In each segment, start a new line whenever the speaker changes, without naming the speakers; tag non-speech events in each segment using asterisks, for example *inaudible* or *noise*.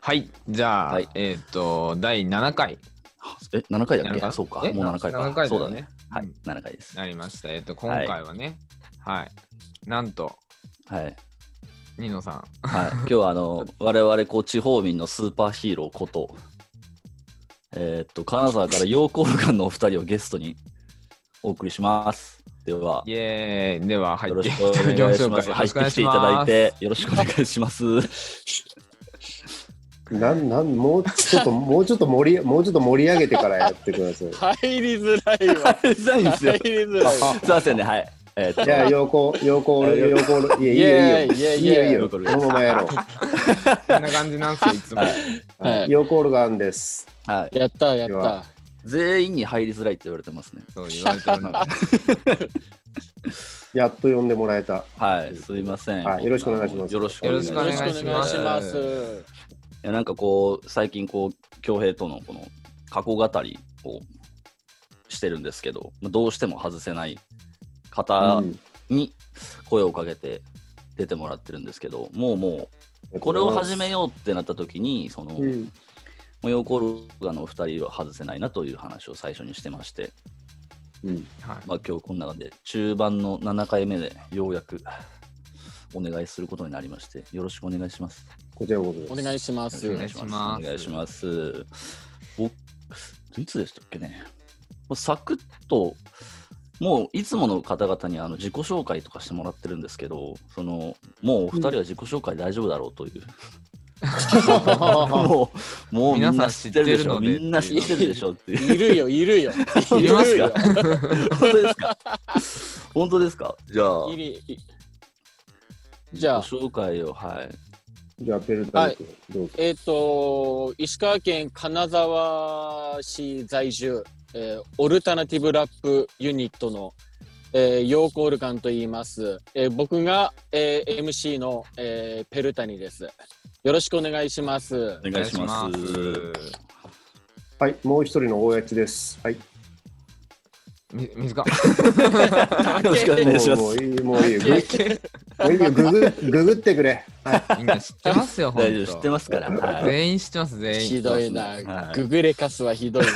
はい、じゃあ、
はい
えっ、と、第7回
え、7回だっ
7
け
回
そうか、
え
もう7回か。
7回だ
そう
よ
だ
ね
ね。はい
うん、
7回です。
なりました。えっ、と、今回はね、はい、なんと、 *laughs*
はい。
ニノさん、
はい、今日はあの我々こう地方民のスーパーヒーローこと、えーっと、金沢から陽光館のお二人をゲストにお送りします。では、
イエーイ、では入
よ
っ
ろ
て、
しくお願いします。
よろ
入っ
しくお願い
てきて
し
いただ
ま
い
す。
て、よろしくお願いします。
なんなんもうちょっともうちょっと盛りもうちょっと盛り上げてからやってください。
入りづらいわ。
入りづらいん *laughs* ですよ
入りづらいわ。
すいませんね、はい。えーっ
じゃあ陽光陽光陽光いやいいよいいよいいよいいよこのままやろ
こんな感じなんですよ、いつも。
はい
は
う。
い
陽光ガンです。
と、はい、
やったやっ
で
た
は。
全員に入りづらいって言われて
*laughs*
ますね。
そう言われております。
やっと呼んでもらえた。
はい、すいません。
はいよろしくお願いします
よろしく
よ
お
ろ
願い
し
し
くお願
ま
い
す。
し
よろ
ます
しくお願いします。
いやなんかこう最近こう恭平とのこの過去語りをしてるんですけどまあどうしても外せない方
うん
に声をかけて出てもらってるんですけど、もうもうこれを始めようってなった時にその
う。ん
模様コルガのお二人は外せないなという話を最初にしてまして、
うん
はい
まあ、今日この中で中盤の7回目でようやくお願いすることになりましてよろしくお願いします。
こちらこそです
お願いしま
よ
す
ろ。しくお
お
願
願
い
い
し
し
ま
ます。僕、いつでしたっけね。もうサクッと、もういつもの方々にあの自己紹介とかしてもらってるんですけど、そのもうお二人は自己紹介大丈夫だろうという。 *laughs* もう、もうみんな知ってるでし
皆さん知って
ょ。
るので
みんな知ってるでしょっていう。 *laughs*
いるよいるよ。
本
い
当
る
で
よ。
すか本当ですか *laughs* 本当ですかじゃあ、
いるいじゃあ
自己紹介を、はい。
じゃあペルタル君どうぞ。
えっと石川県金沢市在住、えーオルタナティブラップユニットの。えー、ヨーコールカンと言います、えー僕が、えー MC の、えーペルタニですよろしくお願いします
*laughs* お願いし
お願
ます。
いします
はいもう一人の大八です。はい。
み水か。
よろしくお願いします
も。ういいもういいよ。もういいよググググってくれ。
みんな知ってますよ、ほん
大丈夫、知ってますから。はい
全員知ってます、全員。
ひどい
は
な。
い
ググレカスはひどい
い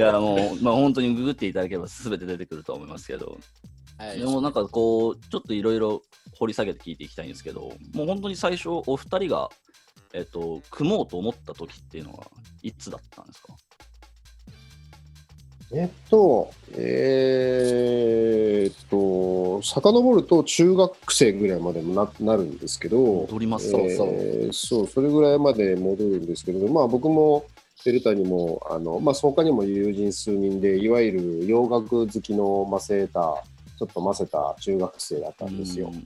やもう、まあ、本当にググっていただければ全て出てくると思いますけど、
な。はい
でもなんかこう、ちょっといろいろ掘り下げて聞いていきたいんですけど、もう本当に最初、お二人が、えっと、組もうと思った時っていうのは、いつだったんですか
えっと、えーっと、遡ると中学生ぐらいまでもななるんですけど、
戻ります
え
か、
ーそうそれぐらいまで戻るんですけれど、まあ僕も、デルタにも、あの、まあ、その他にも友人数人で、いわゆる洋楽好きのマセーター、ちょっとマセた中学生だったんですよ。
うん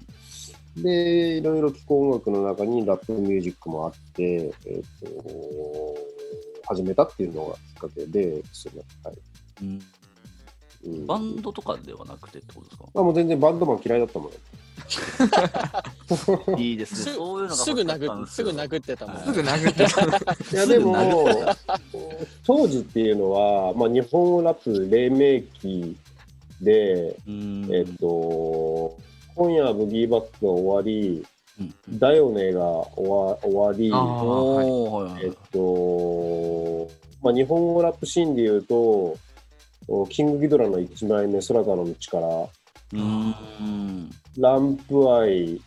で、いろいろ聴く音楽の中にラップミュージックもあって、えっと、始めたっていうのがきっかけで、そうねはい
うん
うん
バンドとかではなくてってことです
あもう全然バンドマン嫌いだったもんね。 *laughs*
かいいですね。
す
そういうのが
すぐ
欲しかったん
殴っ
ですよ
ぐ殴ってたもん
す
は
ぐ殴
*laughs*
ってた。
い *laughs* やでも当時っていうのは、まあ、日本語ラップ黎明期で、
うん
えっと今夜はブギーバックが終わり
うん
「だよね」が終わ終
あ
わ
おー、はいは
りえ
い
っと、まあ、日本語ラップシーンでいうとおキングギドラの1枚目「空からの力」
うん
「ランプアイ」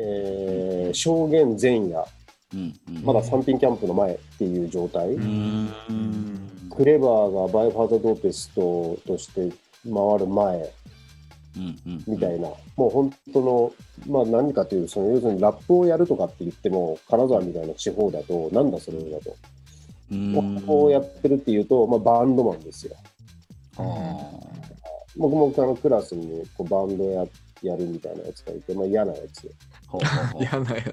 えー証言前夜
うんうん
まだ三品キャンプの前っていう状態、
うん
クレバーがバイオハザードドーペストとして回る前
うんうん
みたいな、もう本当の、まあ、何かというその要するにラップをやるとかって言っても金沢みたいな地方だとなんだそれだと、
うん
こうやってるっていうと、まあ、バンドマンですよ
あー
僕もあのクラスにこうバンドややるみたいなやつがいて、まあ、嫌なやつ
ほうほうほう
嫌なや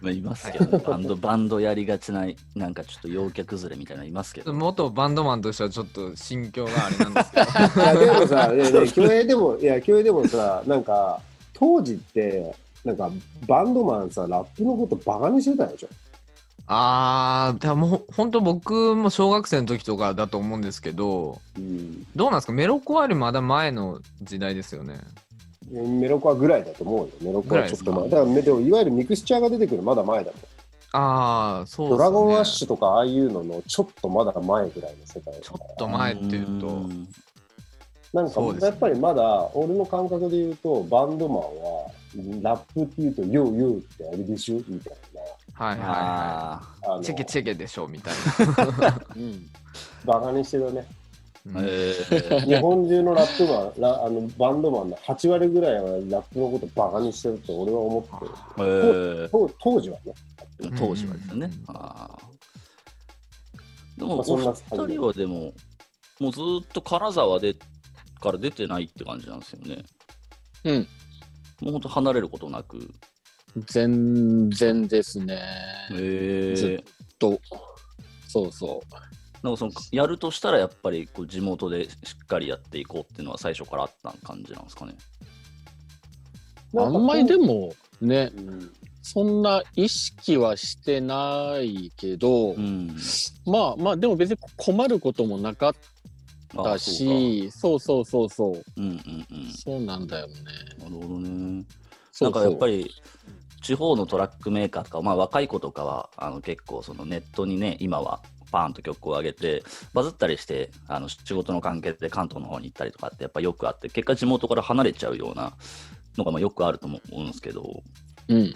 まあ、いますけどね、バンド、バンドやりがちな、なんかちょっと陽キャ崩れみたいなのいますけ
つ。
ど。
元バンドマンとしてはちょっと心境があれなんですけど。
いやでもさいやいや競泳でもいや競泳でもさなんか当時ってなんかバンドマンさラップのことバカにしてたでしょ
あー、でもほほんと僕も小学生の時とかだと思うんですけど、どうなんですかメロコアよりまだ前の時代ですよね。
メロコアぐらいだと思うよ。メロコアちょっと前。
ぐらいです
だから、めでもいわゆるミクスチャーが出てくるまだ前だもん。
ああ、そうですね。
ドラゴンアッシュとか、ああいうののちょっとまだ前ぐらいの世界だから。
ちょっと前っていうと、
なんか
そうですね
やっぱりまだ俺の感覚で言うとバンドマンはラップっていうと「ヨーヨー」ってあれでしょみたい
はいはいは
ああ
なあの
い。チェケチェケでしょみたい
うん
バカにしてるね
*laughs*
な。うん
えー
日本中のラップマンラあのバンドマンの8割ぐらいはラップのことバカにしてると俺は思ってる
えー
当当時はね
当時はですね。
うん
あーでも、
まあそ
お
んな
二人はでも、もうずーっと金沢でから出てないって感じなんですよね。
うん。
もう本当離れることなく。
全然ですね。
え
ず
ー、
と、そうそう。
なんかそのやるとしたらやっぱりこう地元でしっかりやっていこうっていうのは最初からあった感じなんですかね。
あんまりで
も、
もね、
うん
そんな意識はしてないけど、
うん。
まあまあでも別に困ることもなかっ
あ
たし、そうそうそうそう
そうかうんうんうん。
そうなんだよね。
なるほどね。な
そうんそ
か
う
やっぱり地方のトラックメーカーとか、まあ、若い子とかはあの結構そのネットにね今はパーンと曲を上げてバズったりしてあの仕事の関係で関東の方に行ったりとかってやっぱよくあって結果地元から離れちゃうようなのがまあよくあると思うんですけど
うん、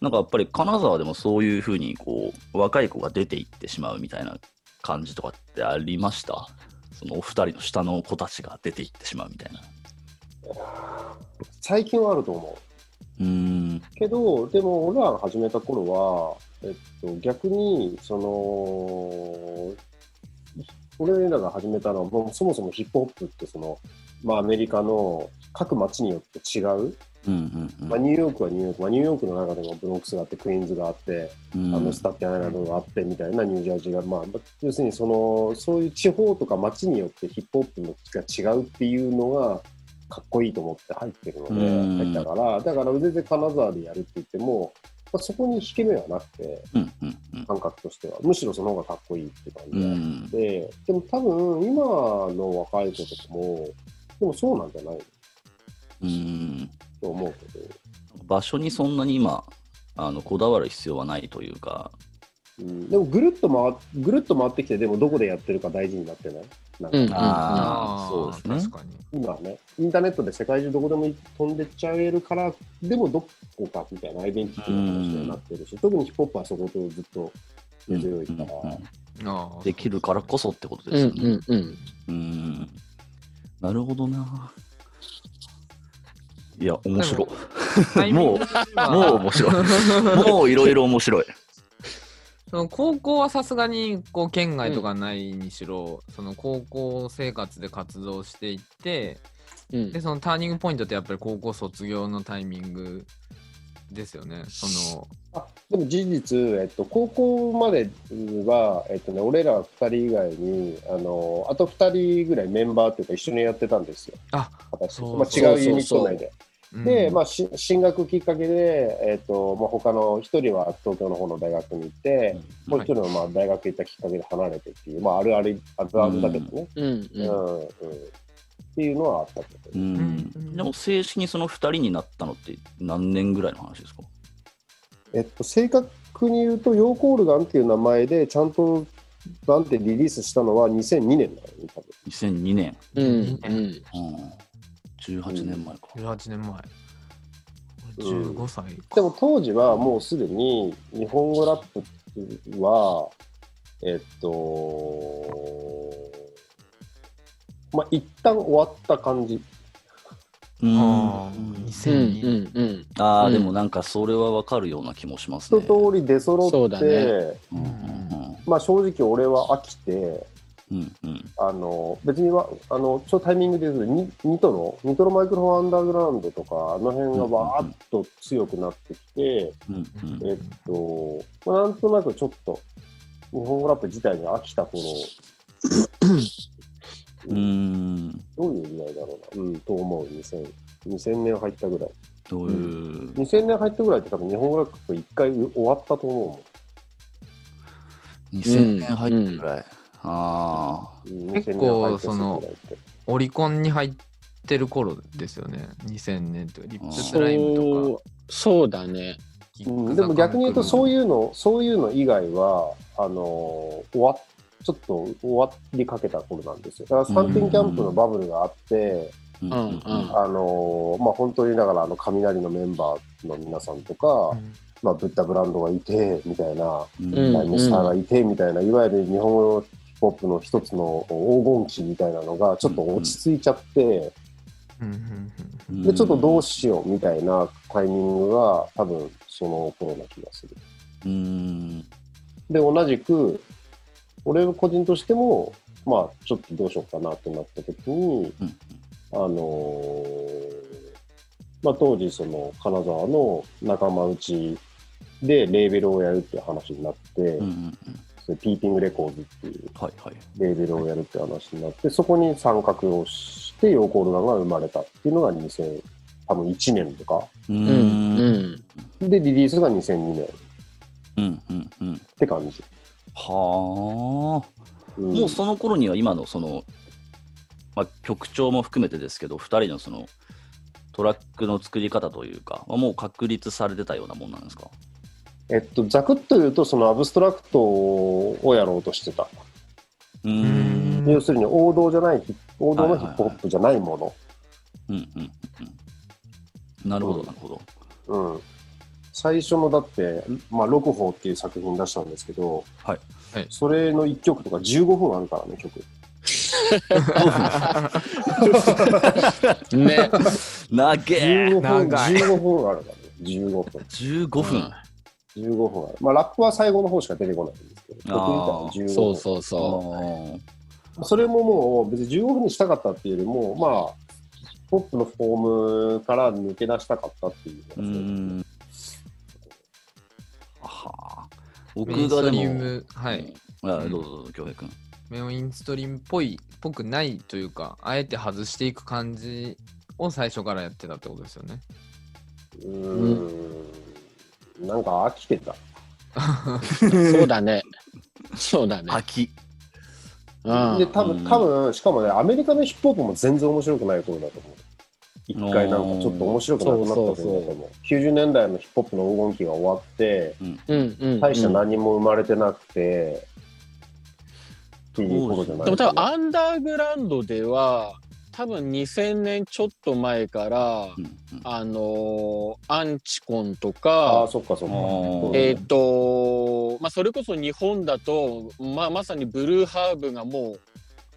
なんかやっぱり金沢でもそういうふうにこう若い子が出ていってしまうみたいな感じとかってありましたそのお二人の下の子たちが出ていってしまうみたいな。
最近はあると思う
うーん
けど、でも俺らが始めた頃は、えっと、逆に、その、俺らが始めたのは、もうそもそもヒップホップって、その、まあアメリカの各街によって違う。
うんうんうん
まあニューヨークはニューヨーク、まあニューヨークの中でもブロンクスがあって、クイーンズがあって、
うん
あのスタッテンアイランドがあってみたいなニュージャージーが、まあ、要するにその、そういう地方とか街によってヒップホップのが違うっていうのが、かっこいいと思って入ってるので、
うん
入ったから、だから全然金沢でやるって言っても、まあ、そこに引け目はなくて、
うんうんうん
感覚としては。むしろその方がかっこいいって感
う
じで。
ん
ででも多分、今の若い子とかも、でもそうなんじゃない
うん
と思うけど。
場所にそんなに今あのこだわる必要はないというか、
うん、でもぐるっと回っ、ぐるっと回ってきて、でもどこでやってるか大事になってないなんか
うん
あ
ー
あそうです
確
ね
かに。
今はね、インターネットで世界中どこでも飛んでっちゃえるから、でもどこかみたいなアイデンティティの話にはなってるし、特にヒップホップはそことずっと
うん
根強いから、
うん
ああ
できるからこそってこと
う
ですよ
ん
ね。
うんうん。
うんなるほどな。いや、面白い。もう、もう面白い。もういろいろ面白い。
その高校はさすがにこう県外とかないにしろ、その高校生活で活動していって
うん
でそのターニングポイントってやっぱり高校卒業のタイミングですよねその
あでも事実、えっと、高校までは、えっとね、俺ら2人以外にあの、あと2人ぐらいメンバーっていうか、一緒にやってたんですよ、
あ
私
そう
まあ、
そう
違うユニット内で。
うん
で、まあ、し進学きっかけで、えっとまあ、他の1人は東京の方の大学に行って、もう一人はまあ大学行ったきっかけで離れてっていう、まあ、あるある、あるあるだけどね。
うん
うん、
うん
うん。っていうのはあったけど
う。んでも、正式にその2人になったのって何年ぐらいの話ですか
えっと、正確に言うと、ヨーコールガンっていう名前で、ちゃんと、なんてリリースしたのは2002年だよね、多分。
?2002 年。
うんうん
うん18年前か。
18年前俺
うん
15歳か
でも当時はもうすでに、日本語ラップは、えっと、まあ、一旦終わった感じ。
うん
ああ
うん
2002
う
年
んうん
ああ、
うん
でもなんかそれはわかるような気もします
一
ね。
通り出揃
そう
っ
だ
て、
ね
うんうん
まあ正直俺は飽きて、
うんうん
あの別にはあのちょっとタイミングで言うとニニトロニトロマイクロアンダーグラウンドとかあの辺がわーっと強くなってきて、
うんうん
うん
えっとまあ、なんとなくちょっと日本語ラップ自体に飽きた頃
うーん
どういうぐらいだろうな、うん、と思う2000 2000年入ったぐらい
どういう、
2000年入ったぐらいって多分日本語ラップ一回終わったと思
2000年入ってぐらい。ああ、
うもん、うん、
結構
2000年入ったぐらいって
オリコンに入ってる頃ですよね2000年とかリップス
ス
ライムとか
そうそうだね。
キッ
う
ク
ん、
ザ
でも逆に言うとそう
う
いうのそういうの以外はあのー終わっちょっと終わりかけた頃なんですよだから3点キャンプのバブルがあって、
うん
うんうん
あのーまあ、本当にだからあの雷のメンバーの皆さんとか、まあ、ブッダブランドがいてみたいな
うん
ライムスターがいてみたいな、いわゆる日本のヒップホップの一つの黄金期みたいなのがちょっと落ち着いちゃって、
うんうん
でちょっとどうしようみたいなタイミングが多分その頃な気がする。
うん
で同じく俺個人としてもまあちょっとどうしようかなってなった時に
うん
あのーまあ、当時その金沢の仲間内でレーベルをやるっていう話になって、
うんうん
それピーピングレコーズっていう
はいはい
レーベルをやるって話になってそこに参画をしてヨーコールガンが生まれたっていうのが2000多分1年とか
う
うんん
うん
うん。
でリリースが2002年っ
うんうん
て感じ、
はあ
うん
もうその頃には今のその、まあ、曲調も含めてですけど2人のそのトラックの作り方というか、まあもう確立されてたようなもんなんですか
えっと、ざくっと言うと、そのアブストラクトをやろうとしてた。
う
うんん
要するに王道じゃないヒップ、王道のヒップホップじゃないも
うんうんうんうんなるほどなるほど
の。うん。最初のだって、まあ、六法っていう作品出したんですけど、
はい
はい
それの1曲とか15分あるからね、曲。 *laughs*
ね。
なげえ
15分、
長い
15分あるからね。15分。
15分、
15分ある。まあ、ラップは最後の方しか出てこないんですけど、曲みたいな
あー
15分。
そうそうそ
あ
それももう別に15分にしたかったっていうよりも、まあ、ポップのフォームから抜け出したかったっていう
ーう
のが強い
んはあ僕
メインス
が
ト
で
リー
も
ムはい
うんあどうぞどうぞ恭平君
メインストリームっぽいっぽくないというかあえて外していく感じを最初からやってたってことですよね
うーんなんか飽きてた。
う。そうだね。そうだね。
秋
うん
で、多分、多分、しかもね、アメリカのヒップホップも全然面白くない頃だと思う。一回なんかちょっと面白くなくなった頃だと
そうそう
思う。90年代のヒップホップの黄金期が終わって、
うんうんうん。
大して何も生まれてなくて、っていう頃じゃない
でも多分アンダーグラウンドでは多分2000年ちょっと前から、
うんうん
あのーアンチコンと
ああ、
か
そっかそっか。
あー
そうだね
えっ、とまあそれこそ日本だと、まあ、まさにブルーハーブがも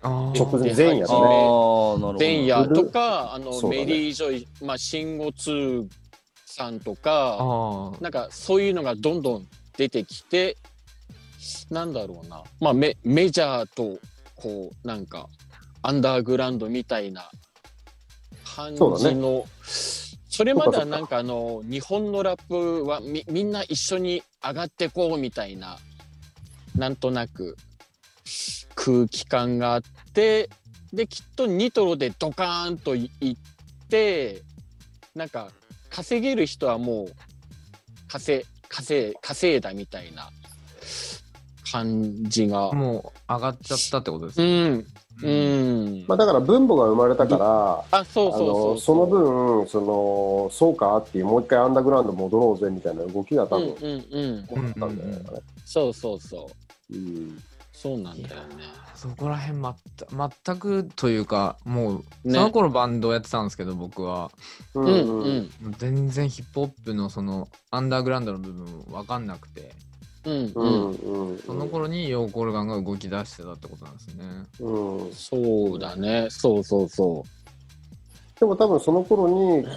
あ
直
ー
前前夜
ああ
だね。
なるほど
う前夜
ブルー
とかあの、
そうだね
メリー・ジョイ、まあ、シンゴ2さんとか
あー
なんかそういうのがどんどん出てきてなんだろうな、まあ、メメジャーとこうなんかアンダーグラウンドみたいな感じの
そうだ
そ,、れまではなんかあの日本のラップはみみんな一緒に上がってこうみたいななんとなく空気感があってできっとニトロでドカーンといいってなんか稼げる人はもう稼い稼い稼いだみたいな感じが。
もう上がっちゃったってことです
う
ね
ん、うん。
まあだから分母が生まれたから、
あ、そう
あ
そうそ
の
う。
その、分、そのそうかっていう、もう一回アンダーグラウンド戻ろうぜみたいな動きが多
うん
分、
うんうん。
多かったんじゃないかな。
そうそうそう。
うん
そうなんだよね。
そこら辺まった全くというかもうそ
ね
の頃バンドやってたんですけど、僕は
う
うん
ん
う
うん
ん
もう全然ヒップホップのそのアンダーグラウンドの部分分かんなくて
うん
う
う
ん
ん。
うん
その頃にヨーコルガンが動き出してたってことなんですね。
うん
そうだね。そうそうそ
でも多分その頃に例え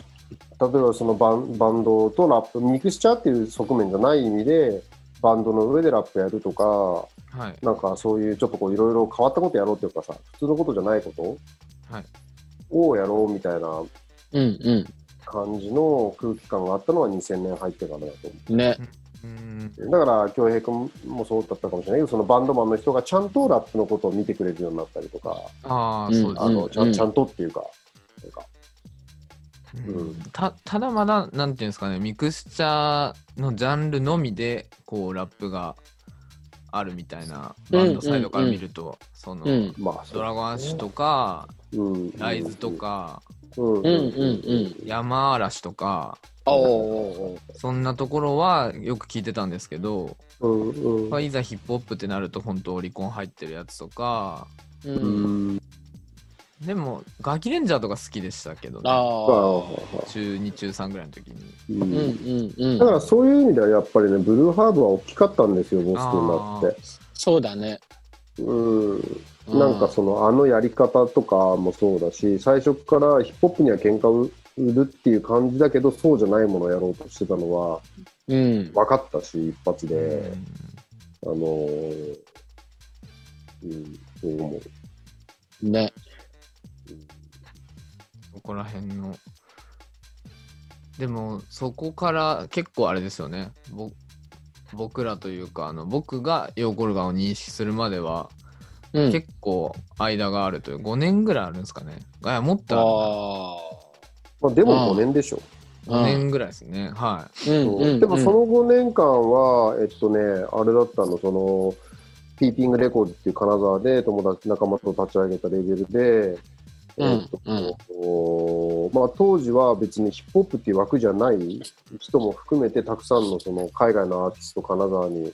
ばそのバンバンドとラップミクスチャーっていう側面じゃない意味でバンドの上でラップやるとか
はい。
なんかそういうちょっとこういろいろ変わったことやろうっていうかさ普通のことじゃないこと
はい。
をやろうみたいな
う。うん
感じの空気感があったのは2000年入ってからだと思う。
うん。ね。
うん。
だから恭平君もそうだったかもしれないけどそのバンドマンの人がちゃんとラップのことを見てくれるようになったりとか
ああ、
うん
そうです
あ
ね
のちゃ,、、
うんん
ちゃんとっていうかなんか。
うん
うん
たただまだ、なんていうんですかね、ミクスチャーのジャンルのみで、こう、ラップがあるみたいな、バンドサイドから見ると、その、
うん。
まあ、そう
ドラゴンアッシュとか、
うん
ライズと、か、
うん
うんうんうん。
山嵐とか、
あおーおーおー
そんなところはよく聞いてたんですけど、
うんうん
まあいざヒップホップってなると本当オリコン入ってるやつとか、
う。
うんん。
でもガキレンジャーとか好きでしたけど、
あ
ね、
まあ
あ。
中2中3ぐらいの時に。
う
うん
ん
うんうん。
だからそういう意味ではやっぱりねブルーハーブは大きかったんですよボストンだって。
そうだね。
うん、
う
なんかそのあのやり方とかもそうだし最初からヒップホップには喧嘩を売るっていう感じだけどそうじゃないものをやろうとしてたのは
うん。
分かったし一発で、
うん
あのーうん、そう思う。
ね。
そこら辺の。でもそこから結構あれですよね。ぼ僕らというかあの僕がヨーコルガンを認識するまでは、
うん。
結構間があるという5年ぐらいあるんですかね。あいやもっとある
あ
まあ、で
ああ
も5年でしょ。
あ。
5年ぐらいですね。は
うんうんうん。
でもその5年間は、えっとね、あれだったの、その、ピーピングレコードっていう金沢で友達、仲間と立ち上げたレベルで、
うん
えっとまあ、当時は別にヒップホップっていう枠じゃない人も含めてたくさんのその海外のアーティスト金沢に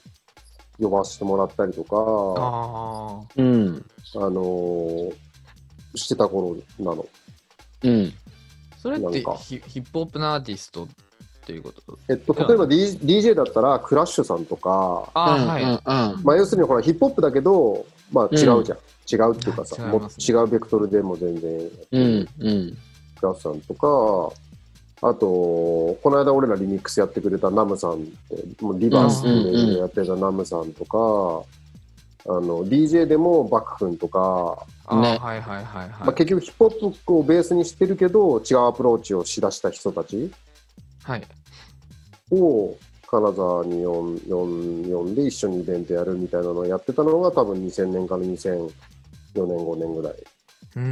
呼ばせてもらったりと
い。
か、
ああ。
うん。
あのーしてた頃なの。
うん。
それっ
なん
て
か
ヒヒップホップのアーティストっていうこと
えっと、例えば D- DJ だったらクラッシュさんとか、
ああ、はい。
うんうん。
まあ、要するにほらヒップホップだけど、まあ、違うじゃん、違うっていうかさ
違い
もう
ます
違
ね
うベクトルでも全然
うんうん。
クラスさんとかあとこの間俺らリミックスやってくれたナムさんってもうリバースっていうレベルでやってたナムさんとか、あの DJ でもバック君とか、
ああ、
ね
はいはいはいは
まあ、
い。
結局ヒップホップをベースにしてるけど違うアプローチをしだした人たち
はい。
を金沢に呼ん呼ん呼んで一緒にイベントやるみたいなのをやってたのが多分2000年から2004年5年ぐらいう
ーん
う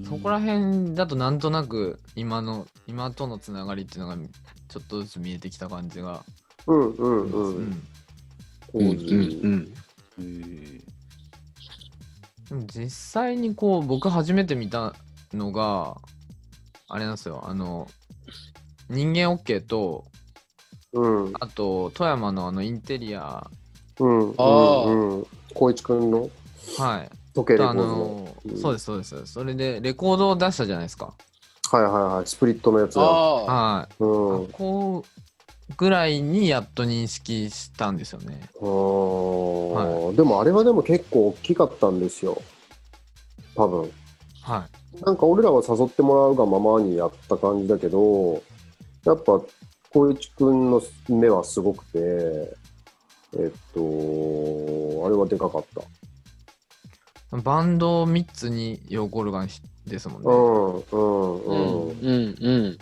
ん
そこら辺だとなんとなく今の今とのつながりっていうのがちょっとずつ見えてきた感じが、
うんうん
う
うん。
ん
当
うん
時
うん
へー
でも実際にこう僕初めて見たのがあれなんですよあの人間 OK と
うん。
あと富山のあのインテリア
うん。
あー
うんうん。光一くんの
はい
時計レ
と
コー
あ
ドの。
の、
うん
そうですそうですそれでレコードを出したじゃないですか
はいはいはい。スプリットのやつだ。
ああ。
はい、
うん。あ
ここぐらいにやっと認識したんですよね
ーでもあれはでも結構大きかったんですよ。多分。
は
なんか俺らは誘ってもらうがままにやった感じだけど、やっぱ光一くんの目はすごくて、えっと、あれはでかかった。
いバンド3つにヨーコルガンですもんね
うんう。
うん
うん
んうん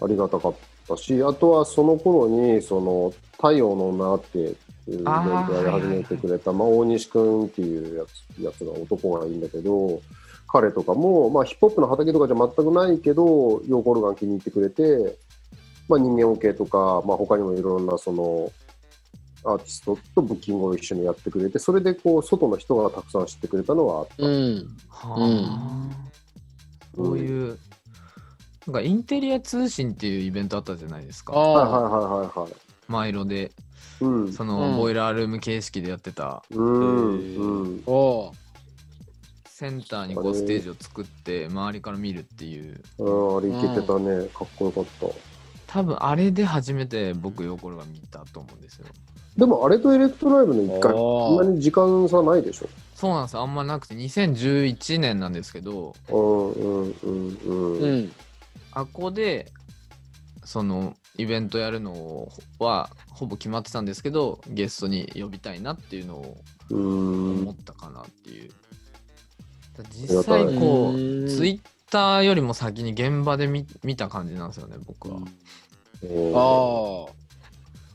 ありがたかったし、あとはその頃に、その、太陽の女っていうイベントをやり始めてくれた、まあ、大西くんっていうやつ、やつが男がいいんだけど、彼とかも、まあ、ヒップホップの畑とかじゃ全くないけど、ヨーコルガン気に入ってくれて、まあ、人間 OK とか、まあ、他にもいろんな、その、アーティストとブッキングを一緒にやってくれて、それで、こう、外の人がたくさん知ってくれたのはあっ
うん。うん。
は
うん
あ、そういう、なんかインテリア通信っていうイベントあったじゃないです
あ
か。
た。はいはい
あ。
はいはいはい。
マイロで、
うん。
そ
うん
のボイラールーム形式でやってた、
うん。
へ
うん
ー。
おお。
センターにこ
あ
う
れ
ステージを作って、周りから見るっていう、
うん、あれいけてたね、かっこよかった。
多分あれで初めて僕、ヨーコルが見たと思うんですよ。
でもあれとエレクトライブの1回、
あー
そんなに時間差ないでしょ。
そうなんですあんまなくて、2011年なんですけど、
うんうんうんうん。
う
うん
ん。
あこで、そのイベントやるのはほぼ決まってたんですけどゲストに呼びたいなっていうのを思ったかなっていう。だ実際こ
あ
う
りがたい
ツイッターよりも先に現場で見見た感じなんですよね僕は。
あ
あ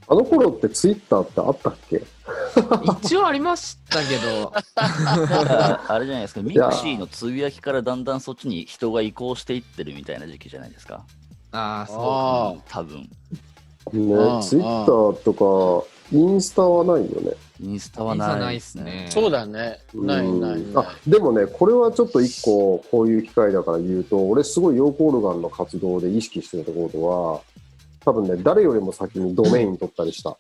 あ。
あの頃ってツイッターってあったっけ
一応ありましたけど *laughs*
だから *laughs* あれじゃないですか、ミ
や
クシーのつぶやきからだんだんそっちに人が移行していってるみたいな時期じゃないですか。
ああそう
ああ。
多分。
ね
あー、
ツイッターとか、インスタはないよね。
インスタはないですね。
そうだね。ない
うん
ないない
あ。でもね、これはちょっと一個、こういう機会だから言うと、俺すごいヨーコールガンの活動で意識してるところとは、多分ね、誰よりも先にドメイン取ったりした。
うん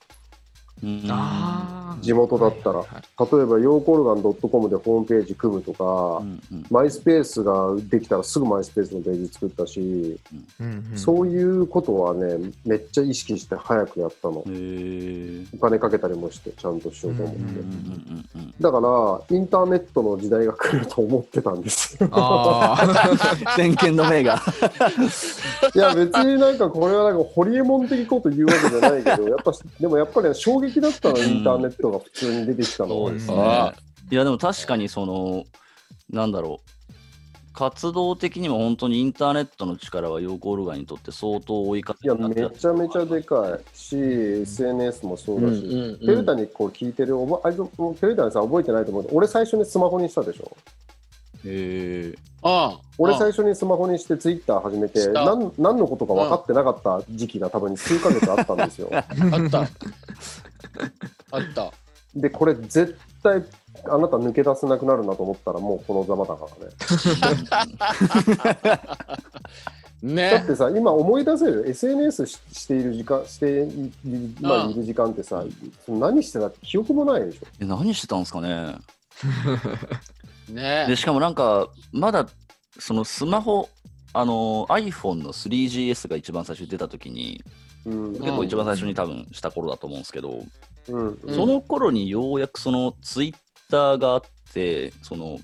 あー
地元だったら
はいはい
例えば、ヨーコールガン .com でホームページ組むとか
う、んうん
マイスペースができたらすぐマイスペースのページ作ったし、
うんうん
そういうことはね、めっちゃ意識して早くやったの。
へー
お金かけたりもして、ちゃんとしようと思って。
うん
うんうんうんうん
だから、インターネットの時代が来ると思ってたんですよ。 *laughs*
あー
先見の明が。
いや、別になんかこれはなんかホリエモン的こと言うわけじゃない
*laughs*
けど、やっぱ、でもやっぱりね衝撃だったの、インターネットが普通に出てきたのは。
そうです
ね
あ
*laughs* いやでも確かにそのなんだろう活動的にも本当にインターネットの力はヨーコールガンにとって相当追いか
い
け
や、
にな
め
ってた
ちゃめちゃでかいし、SNS もそう
うん
だ
う
し。
ん
ペル
う
タ
ん。
にこう聞いてる、おぼあいつもペルタにさ、覚えてないと思うけど俺最初にスマホにしたでしょ
へえ
ああ。
俺
ああ
最初にスマホにしてツイッター始めて、
した
なん何のことか分かってなかった時期が多分数ヶ月あったんですよ。
あった。あった。
*laughs* で、これ絶対あなた抜け出せなくなるなと思ったらもうこのざまだからね。だっ
ね。
てさ、今思い出せる SNS ししている時間、してい,、ま
う
あ、
ん
いる時間ってさ、何してたって記憶もないでしょ。
*laughs* え何してたんですかね
ね
で。しかもなんかまだそのスマホあの iPhone の 3GS が一番最初に出た時に
うん。
結構一番最初に多分した頃だと思うんですけど、
うん。
うん
その頃にようやくそのツイッターがあってその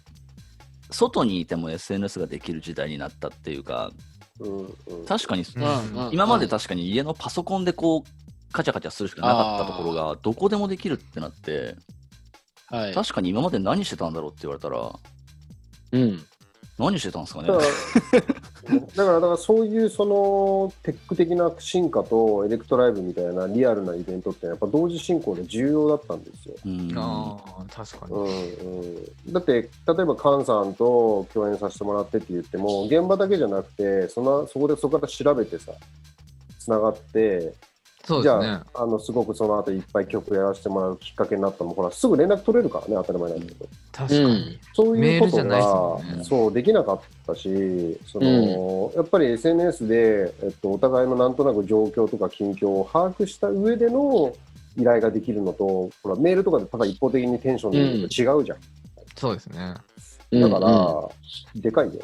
外にいても SNS ができる時代になったっていうか
うん。うん
確かに
うん
うんうん
今まで確かに家のパソコンでこうカチャカチャするしかなかったところがどこでもできるってなって
はい。
確かに今まで何してたんだろうって言われたら
うん。
何してたんですかね
*laughs* だからだからだからそういうそのテック的な進化とエレクトライブみたいなリアルなイベントってやっぱ同時進行で重要だったんですよ。
うん
あー確かに
うんうん、だって例えば菅さんと共演させてもらってって言っても現場だけじゃなくてそのそこでそこから調べてさつながって
そう
じ
で
ゃ
すね
ああのすごくその後いっぱい曲やらせてもらうきっかけになったのもほらすぐ連絡取れるからね当たり前なんだけど。
確かに、
そういう
メー
こ
ル
と
じゃないですも
が、
んね
そうできなかったし、そのやっぱり SNS で、えっと、お互いのなんとなく状況とか近況を把握した上での依頼ができるのと、ほらメールとかでただ一方的にテンションで言うと違うじゃん。
そうですね
だから、でかいよね。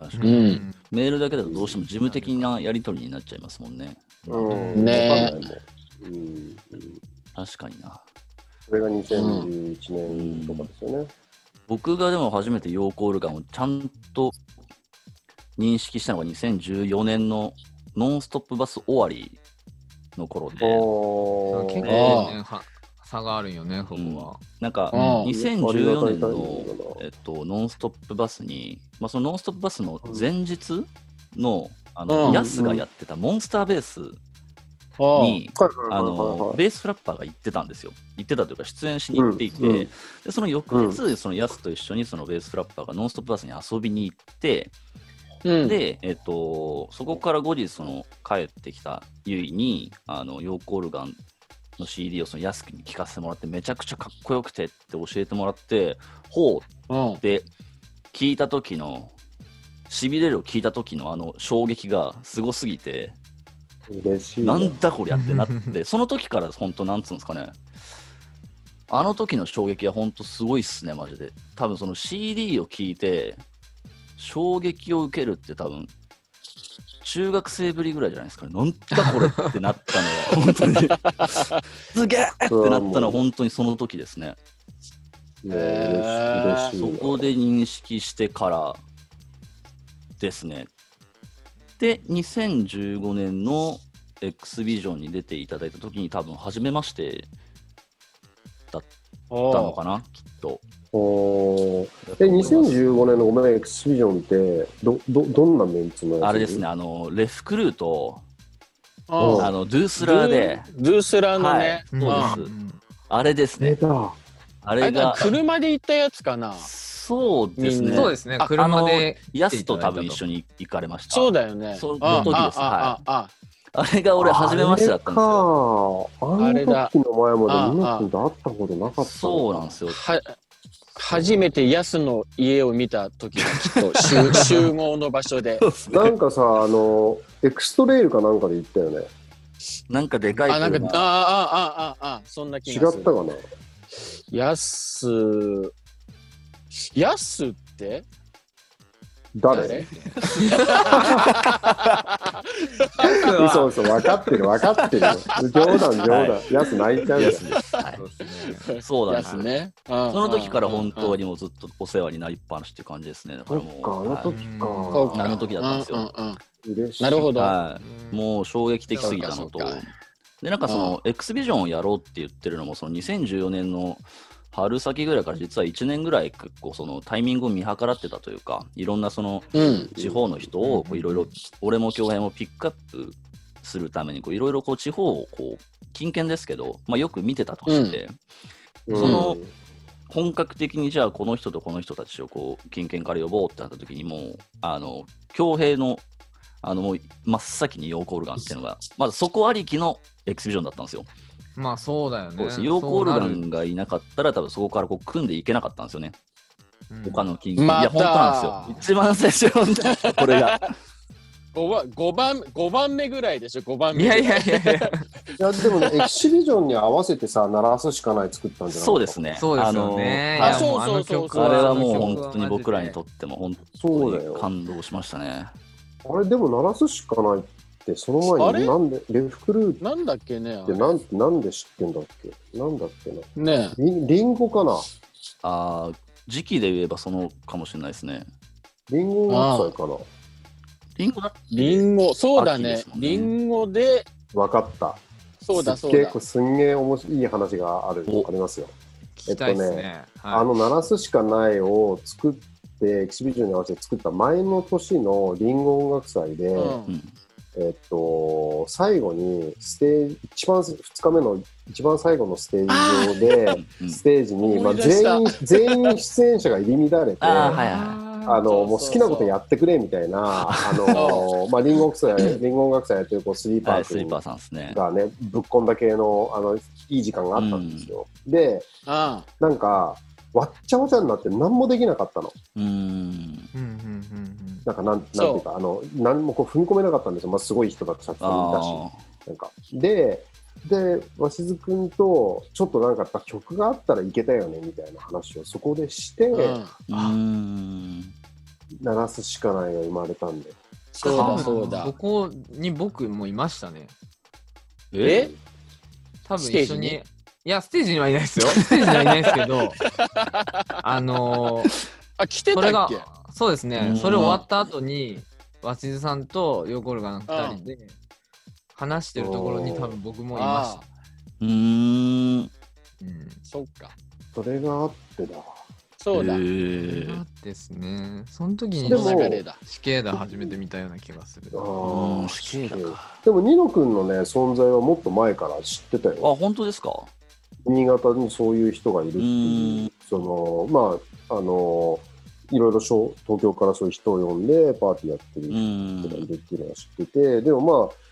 確か
う
に
ん
メールだけだとどうしても事務的なやり取りになっちゃいますもんね
うん、
ねえ
わかんないもんうん、
確かにな
それが2021年とかですよね。
僕がでも初めてヨーコールガンをちゃんと認識したのが2014年の「ノンストップバス終わり」の頃で
お
結構、
ー
ね、は差があるよねそこは、
なんか
うん
2014年
ありがたい
の
限、りだな
えっと、ノンストップバスに、まあ、そのノンストップバスの前日の、あ
う
の、
ん
ヤスがやってたモンスターベース
ああ。
に、あの、ベースフラッパーが行ってたんですよ。行ってたというか、出演しに行っていて、
うんうん
でその翌日、そのヤスと一緒にそのベースフラッパーがノンストップバスに遊びに行って、
うん。
で、えっと、そこから後日その帰ってきたゆいにあのヨーコールガンの CD をその安くに聴かせてもらってめちゃくちゃかっこよくてって教えてもらってほう
うん
って聞いた時のしびれるを聞いた時のあの衝撃がすごすぎて
嬉しい
な
な。
んだこりゃってなってその時から本当なんつうんですかねあの時の衝撃は本当すごいっすねマジで多分その CD を聞いて衝撃を受けるって多分中学生ぶりぐらいじゃないですかねなんだこれってなったのは本当にすげえってなったのは本当にその時ですね
ね嬉しい
そ
嬉しいな
こで認識してからですね。で、2015年の X ビジョンに出ていただいたときに多分初めましてだったのかな、きっと。
おーえ、2015年のごめん、エクスビジョンって、ど、ど、どんなメンツのやつ
あれですね、。あの、レフクルーと、
うん
うん
あの、ドゥースラーで、
ドゥースラーの
はい
ね、、
そう
うん
です、あれです
出
ね。
た。
あ
あ
れ
れだ
が、
車で行ったやつかな
そうです
みん
ね。
な
そうですね
あ
車で
ヤスと多分一緒に行かれました。
そうだよね
そう
あ
その時です
ああああ
あれが俺、初めましてだったんですよ。
あれか。あの時の前
あれ
ま
だ
で、みな君と会ったことなかった。
そうなんですよ。
は初めてヤスの家を見た時がきっ
*laughs*
と集集合の場所で
なんかさ、あの、エクストレイルかなんかで行ったよね。
なんかでかい
あなんか
車
ああああああそんな気
違
が
っ
する
たかな
ヤスヤスって
誰
は
*laughs* 嘘嘘、分かってる分かってる。冗談冗談。やつ泣いちゃうよ。
そうですね
そうなん
ヤ
で
ス
すね。
ねそ
その時から本当にもうずっとお世話になりっぱなしっていう感じですね。だか
そ
ら
っ
もう。
か、あの
はい
時か。
は
あの時だったんですよ
嬉しい
なるほど、
はい
も
もう衝撃的すぎたのと
そうかそうか、
で、なんかその、エクスビジョンをやろうって言ってるのも、その2014年の春先ぐらいから、実は1年ぐらい、結構そのタイミングを見計らってたというか、いろんなその
うん
地方の人をこういろいろ、俺も京平もピックアップするためにこう、いろいろこう地方をこう、近県ですけど、まあ、よく見てたとして、その本格的にじゃあこの人とこの人たちをこう近県から呼ぼうってなった時にもうあの強兵のあのもう真っ先にヨーコールガンっていうのがまずそこありきのエキシビジョンだったんですよ。
うまあそうだよ
そう
ね
ですねヨーコールガ
そうなる
ンがいなかったら多分そこからこう組んでいけなかったんですよね。
うん
他の近県。
また
いや本当なんですよ。一番最初本当なんですよこれ
*laughs*
が。
5番五番五番目ぐらいでしょ五番目
いやいやいやいや
いや、でもね、エキシビジョンに合わせてさ、鳴らすしかない作ったんじゃない。
そうですすね。
*laughs* そうですよね
あ
い
の
やもう
あそうそうそう
の曲
そう
あれはもう
あの曲は
本当に僕らにとっても本
そう
当
だ
に
よ。
感動しましたね。
あれ、でも鳴らすしかないって、その前
あれ
に、なんで、レフクルーっ
なんだっけねあ
て
れ
なん、なんで知ってんだっけなんだっけな。
ね
リリンゴかな
ああ時期で言えばそのかもしれないですね。
リンゴ音祭かな
リンゴだ
リンゴそうだ
秋で
ね
すもんね
リンゴで
わかった。
そうだ
す
そ
っ
う
げえ、
だ
これすんげえ面白いいい話がある、
お
ありますよ。
聞きたいですね、
あの、鳴らすしかないを作って、エキシビジョンに合わせて作った前の年のリンゴ音楽祭で、
うん
えっと、最後に、ステージ、一番、二日目の一番最後のステージ上で、ステージに、ま
思
あ、
い出した
全員、全員出演者が入り乱れて、
*laughs* あーはい
あの、も
そう
う
そうそう
好きなことやってくれみた
*laughs*
いな、あの、まあ、リンゴ音楽祭、リンゴ音楽祭やってる、こう、スリーパ
は
ー
い、スリ
君
ーパーさんですね。
がね、ぶっこんだ系の、あの、いい時間があったんですよ。で、
あ
なんか、わっちゃわちゃになって何もできなかったの。
うーん。
うんうんうん
なんかなん、なんて
そう
いうか、あの、何もこう踏み込めなかったんですよ。まあ、すごい人だったちもいたし。
あ
なんか。で、で、鷲津君と、ちょっとなんかやっぱ曲があったらいけたよね、みたいな話をそこでして、
あうん
あ。うーん。
鳴らすしかないが生まれたんで。
そう
多
だ
分
そうだ
ここに僕もいましたね
え
多分
ステー
一緒
ジ
に
に
いやステージにはいないですよステージにはいないですけどあのー
あ来て
それ
た
が
っけ
そうですね
うん
それ終わった後に鷲津さんとヨーコルガの2人で話してるところに多分僕もいました
あ
うーん。
うん
そっか
それがあってだ。
そうだ
へ
そ
ー
あですねその時に
で
の
も
流れだ
死刑だ初めて見たような気がする
あ
う
ー
ん死刑だか。
でも、ニノ君のね、存在はもっと前から知ってた
あ、
よ。
本当ですか
新潟にそういう人がいるって
う
い
ー
う、
ん
その、まあ、あの、いろいろしょ東京からそういう人を呼んで、パーティーやってる
う
人がい
ーん。
るっていうのは知ってて、でもまあ、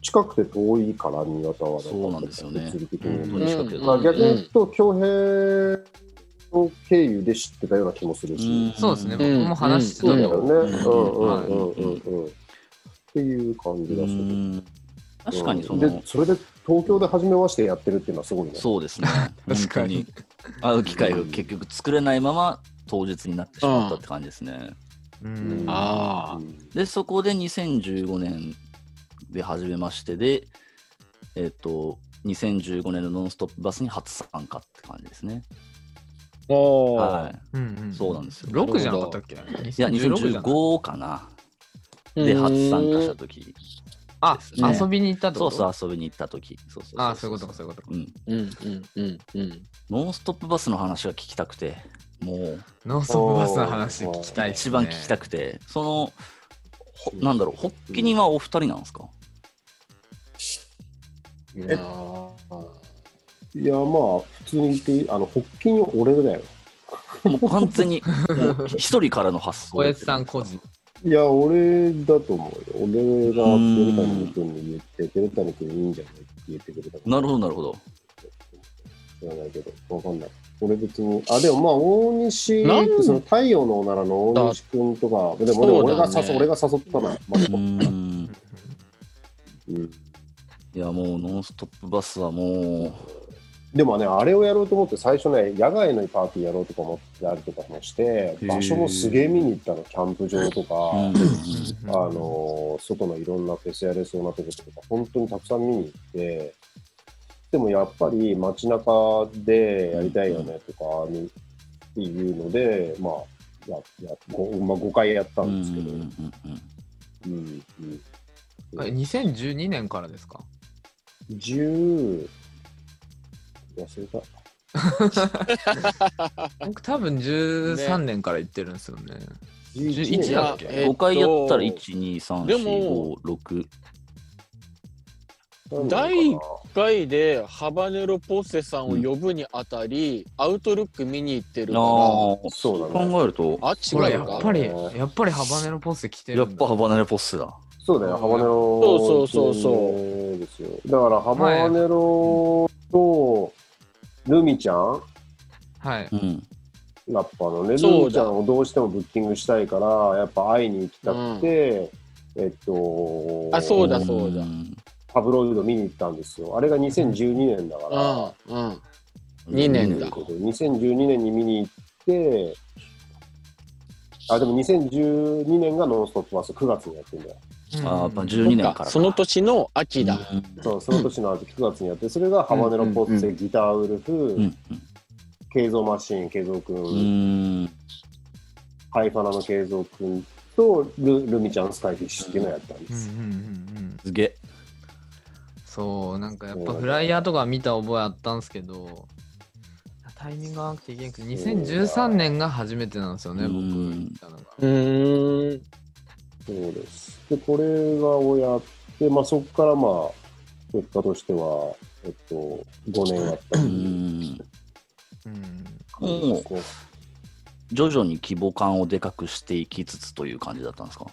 近くて遠いから、新潟は
そうなんですよね
物理的
本
に
当に近くて。
うん
まあ、
うん
逆に言うと、恭平を経由で知ってたような気もするし。
そうですね、
うん
僕も話してた
そう
の
だ
よ、
よね。うんうんうんうんうん。っていう感
う
じがする。
ーん確かにそ
で
の、
それで東京で初めましてやってるっていうのはすごいね。
そうですね。
確か
確か
に
に。会う機会を結局作れないまま当日になってしまったって感じですね。
うん
あ
で、そこで2015年で初めましてで、えっ、と、2015年のノンストップバスに初参加って感じですね。
おー
はい。
うんうん
そうなんですよ。
6じゃなかったっけ
いや、
2016じゃな
2015かな。
うん
で、初参加した時
あ、
ですね
遊びに行ったってこ
そう
と
そう、遊びに行った時そうそう
あそういうことか、そういうことか。
うん。
うんうんうんうん
ノンストップバスの話が聞きたくて、もう、
ノーストップバスの話聞きたいです
一
ね。
番聞きた
く
くて、その、ほなんだろう、発起人はお二人なんです
*laughs*
か
うん
あー
いや、まあ、普通に言って、あの、発起人俺だよ。
もう完全に、もう一人からの発想。
小林さん個人。
いや、俺だと思うよ。俺が照谷君に言って、照谷君いいんじゃないって言ってくれたから
なるほど、なるほど。
知らないけど、わかんない。俺別に、あ、でもまあ、大西っ
なん
て、その太陽のおならの大西君とか、でもでも俺が
そうだ
誘、
ね
俺が誘ったな。まあで
う
も
ーん。
うん
いや、もう、ノンストップバスはも
でもね、あれをやろうと思って、最初ね、野外のパーティーやろうとか思ってあるとかもして、
ー
場所もすげえ見に行ったの、キャンプ場と
う、うん
か、
うん
あのー外のいろんなフェスやれそうなとことか、本当にたくさん見に行って、でもやっぱり街中でやりたいよねとかに、っていうので、まあ、ややごまあ、5回やった
うんん
ですけど、
う
うん
んうん
うん
え2012年からですか
10、忘れた。
僕多分13年から行ってるんですよね。11
年
年だっけ、
いやえ
5回やったら、1、2、3、
で
4 5、
も、
6。
なんだろう
第
な
1回でハバネロポッセさんを呼ぶにあたり、アウトルック見に行ってる
あ
か
あ
ら
ー、
そうだね
考えると、
あ違
ほら、
う
や
の
っ
か
ぱり、やっぱりハバネロポッセ来て
や
る
っ
んだ。
ぱハバネロポッセだ。
そうだよ、ハバネロ。
そうそうそうそう
う。ですよ。だから、ハバネロと、ルミちゃん、
はい。
うん。
ラッパーのね、ル
そうだ
ミちゃんをどうしてもブッキングしたいから、やっぱ会いに行きたくて、えっと、
あそうだそうだ
ん
タブロイド見に行ったんですよ。あれが2012年だから、
うんうん二年
と
だ
いうことで2012年に見に行って、あ、でも2012年がノンストップバス、9月にやってんだよ。
うん
ああ、やっぱ12年
そ
から。
っその年の秋だ、
うん
そうその年の秋9月にやって、それがハバネロポッツェ、ギターウルフ、
うん。
慶三マシーン、慶三君、
うん。
ハイファナの慶三君とルルミちゃん、スカイフィッシュっていうのをやったんで
うんうん
す。
うんうん
すげえ。
そう、なんかやっぱフライヤーとか見た覚えあったんですけど、タイミングが合わなくていけなくて、2013年が初めてなんですよね、
う
僕
ん
行ったのが。
うーん
そうです。で、これがをやって、まあ、そこからまあ、結果としては、えっと、5年やった
う
り
ん。
うん
もう
こう
徐々に規模感をでかくしていきつつという感じだったんですか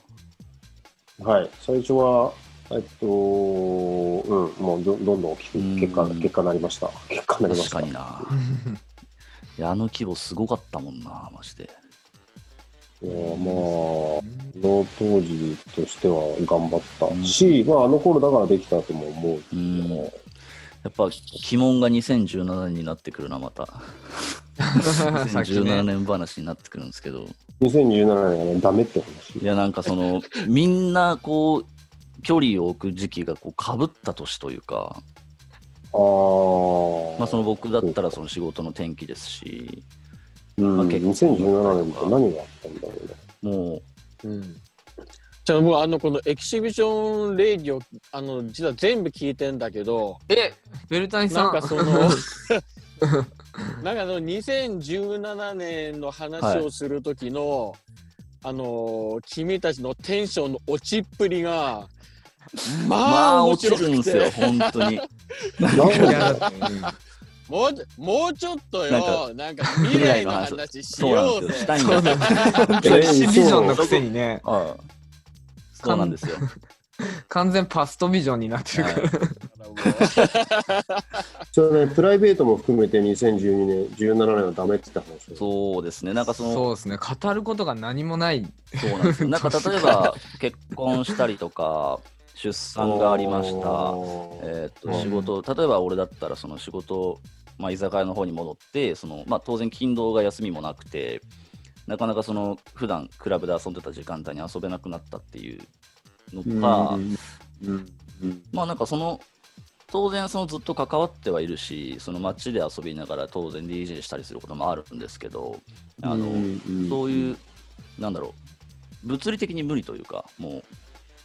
はい、最初は、えっと、うん、もうどどんどん大きく結果、
うん
結果になりました。結果に
確
なりました
か。にな。いや、あの規模すごかったもんな、マジで。
いやまあ、の当時としては頑張ったし、まあ、あの頃だからできたとも思うけ
う
ど
ん。や
ね、
っぱ、鬼門が2017年になってくるな、また。
*laughs* さっき
2017
ね
年話になってくるんですけど。
2017年がね、ダメって
い
話。
や、なんかその、みんなこう、距離を置く時期がこう被った年というか、
あー
まあ、その僕だったらその仕事の転機ですし、
うん、
まあ結構
2017年って何があったんだろうね。
もう、
うんじゃあもうあのこのエキシビションレディオあの実は全部聞いてんだけど
え、ベルタニさ
なん
ん
か
*laughs*
そのなんかあの2017年の話をする時の、あのー君たちのテンションの落ちっぷりが
ま
まあ
あ
面
落
白
ち
くて
るんですよ、本当に。
い
なん
や
か
もうもうちょっと
な
よなんか未
未
来
来
の
の話
話し
そうな
よ
ん
う
ですよ、し
ぜ
たいんだよ。
エキシビジョンのくせにね、
ああそうなんですよ。
完全パストビジョンになってるから。
それね、プライベートも含めて2012年、17年はダメって言った話。
そうですね、なんかそ
*laughs*
の、
そうですね、語ることが何もない。
そうなんですよなんか例えば、結婚したりとか、出産がありました。えーっと
うん
仕事、例えば俺だったらその仕事、まあ、居酒屋の方に戻ってその、まあ、当然勤労が休みもなくてなかなかその普段クラブで遊んでた時間帯に遊べなくなったっていうの
うん
か、
うんうん
まあなんかその当然そのずっと関わってはいるしその街で遊びながら当然 DJ したりすることもあるんですけどあの、
ん
そういうなんだろう物理的に無理というかも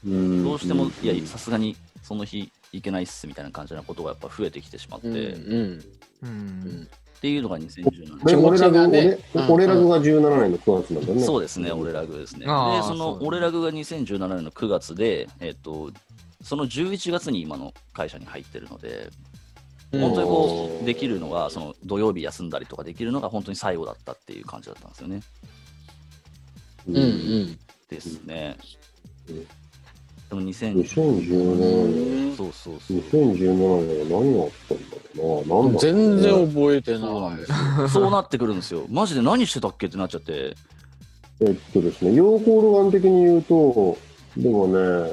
う
うん
どうしても、い
うん
や、さすがにその日行けないっすみたいな感じなことがやっぱ増えてきてしまって、
うん
っ
うん
うん
ていうのが2017
ね
気持
俺
ち
ら
が
が、
ね
ね、
うん
俺らが17年の9月なんだよ
年。
ね。
そうですね、俺ラグですね。で
あー、
その
そう
俺ラグが2017年の9月で、えっと、その11月に今の会社に入ってるので、
うん
本当にこ
おー
う、できるのが、その土曜日休んだりとかできるのが本当に最後だったっていう感じだったんですよね。
うんうん
ですね。
う
で
ん
も2010
2010年、
そうそうそう。
2017年は何があったんだろうな。なんだろうね
全然覚えて
そうな
なんい
ですよ。そうなってくるんですよ。マジで何してたっけってなっちゃって。
えっとですね、ヨーコールガン的に言うと、でもね、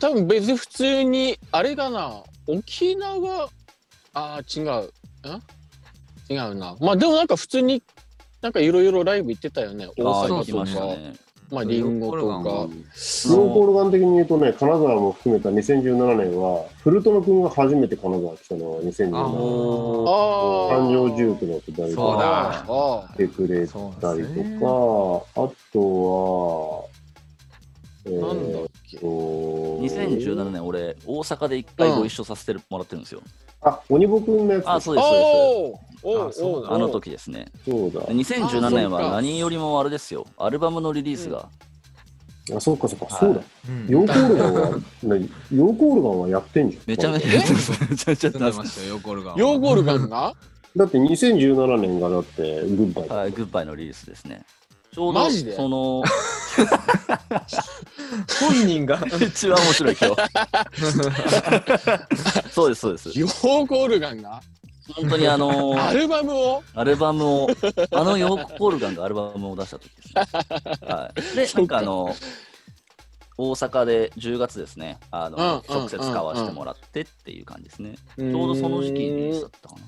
多分別に普通にあれだな沖縄あー違うん違うなまあでもなんか普通になんかいろいろライブ行ってたよね大
ああ、
そう
行
阪
き
と
ま
か
したね。
まあリンゴ
ヨーコー
と
ヨーコールガン的に言うとね、金沢も含めた2017年は、古友君が初めて金沢来たのは
あ
2017年。
も
か
う
ああ
誕生重機のくだりと
そう
か
だ
あーあ
来てくれた
そうなん
り
です
と
ね
か、あとは、え
ーなんだっ
ー、
け
と、
2017年、俺、大阪で一回ご一緒させてもらってるんですよ。
あ、鬼木君のやつ
あ、そうです、そう
おーお
あ
ー
そう
お
です。
ー
あの時ですね。
そうだ
で。2017年は何よりもあれですよ。アルバムのリリースが。
あ、そっかそっか、
はい
そうだ。
うん
ヨーコールガンは、なヨーコールガンはやってんじゃん。
めちゃめちゃ、
え
めちゃめちゃ
住んでま
懐かし
したよ、ヨーコルが。
ヨーゴルガンが
だって2017年がだって、グッバイ
い
だ。
はい、グッバイのリリースですね。ちょうど、
マジで
その、 *laughs*
本人が。
一番面白い今日。そうです、そう
*laughs*
です。
ヨーゴルガンが
本当にあの
アルバムを
アルバムを、あのヨーコ・コールガンがアルバムを出した時ですね。はい、で、なんかあの、大阪で10月ですね、あの、
うんうん
直接買わせてもらってっていう感じですね。ちょうどその時期にリリースだったかな。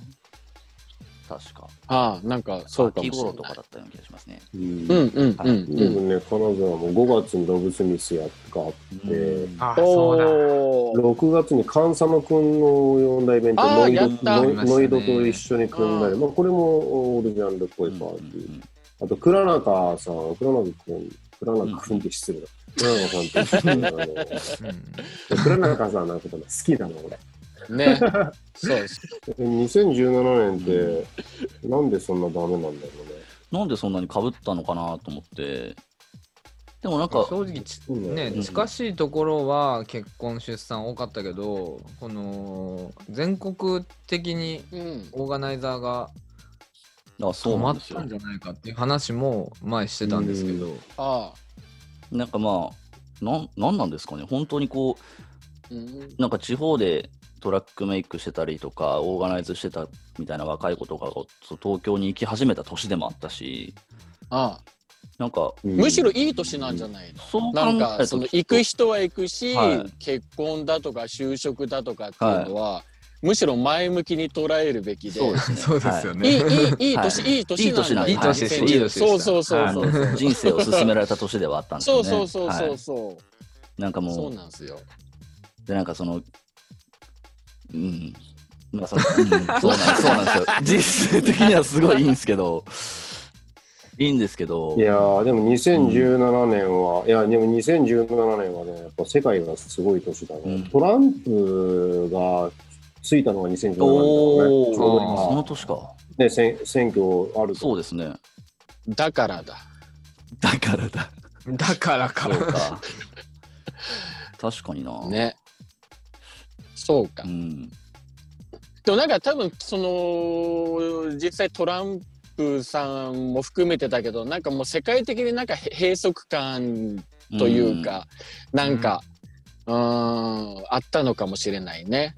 確か。
ああなんかそうかも
秋
しれな
頃と
い
かだったような気がしますね。
うん
うんうんうん
で
うん
もね、金沢も5月にロブ・スミスやがあって、
うん
*laughs* あ、そうだ。
おー
6月に菅佐野君の呼んだイベント、
あー
ノイ
や
ド
った
ノイノイドと一緒に組んだ
あー
り、まあ、これもオールジャンルっぽ
う
い
ん
パーティー。
うん
あと、倉中さん、倉中君、倉中君って失礼だ。倉中さんって失礼だね
うん
倉中さんのことね好きだな、俺。
ねそうです
2017年って、なんでそんなダメなんだろうね。
なんでそんなに被ったのかなと思って。でもなんか、
正直ち、
うん
ね、
うん
近しいところは結婚、出産多かったけど、この全国的に
うん
オーガナイザーが
あそ
止
う
ま
なん
っ
ですよ
たん。じゃないかっていう話も前してたんですけど、
ああ
なんかまあ、なんなんなんですかね。本当にこう、
うん
なんか地方でトラックメイクしてたりとか、オーガナイズしてたみたいな若い子とかがそう東京に行き始めた年でもあったし、
ああ
なんか、
む
むしろいい年なんじゃないの、
そう考
な
え
ん
る
か
と、
その行く人は行くし、
はい
結婚だとか就職だとかっていうのは、むしろ前向きに捉えるべきで
そうです
*laughs*
ね。
そうですよ
は
ね。
いいいいい
はい
年、い、い年なんだ
いい年なんです
いい年でした
そうそうそう
い
そう、
はい人生を進められた年ではあったんですよ
そう
ね。
そうそうそ
は
うそう、
いなんかも
そう
う、
なんですよ
でなんかその、うん。まあ、
*laughs*
そのうんそうなんそうなんですよ。人生的にはすごいいいんですけど、いいんですけど、
いやーでも2017年は、いやでも2017年はねやっぱ世界がすごい年だね、
うん
トランプがついたのが2017年だ
お
ろ
ー
うねちょうど
あー
そ
今
の年か。
ね選選挙ある
そう
で
ですね。
だからだ
だからだ。
*laughs* だからか
そう。か。確かにな。。
ねそうか、
うん。
でもなんか多分その実際トランプさんも含めてだけどなんかもう世界的になんかへ閉塞感というか、なんか、うーん、あったのかもしれないね。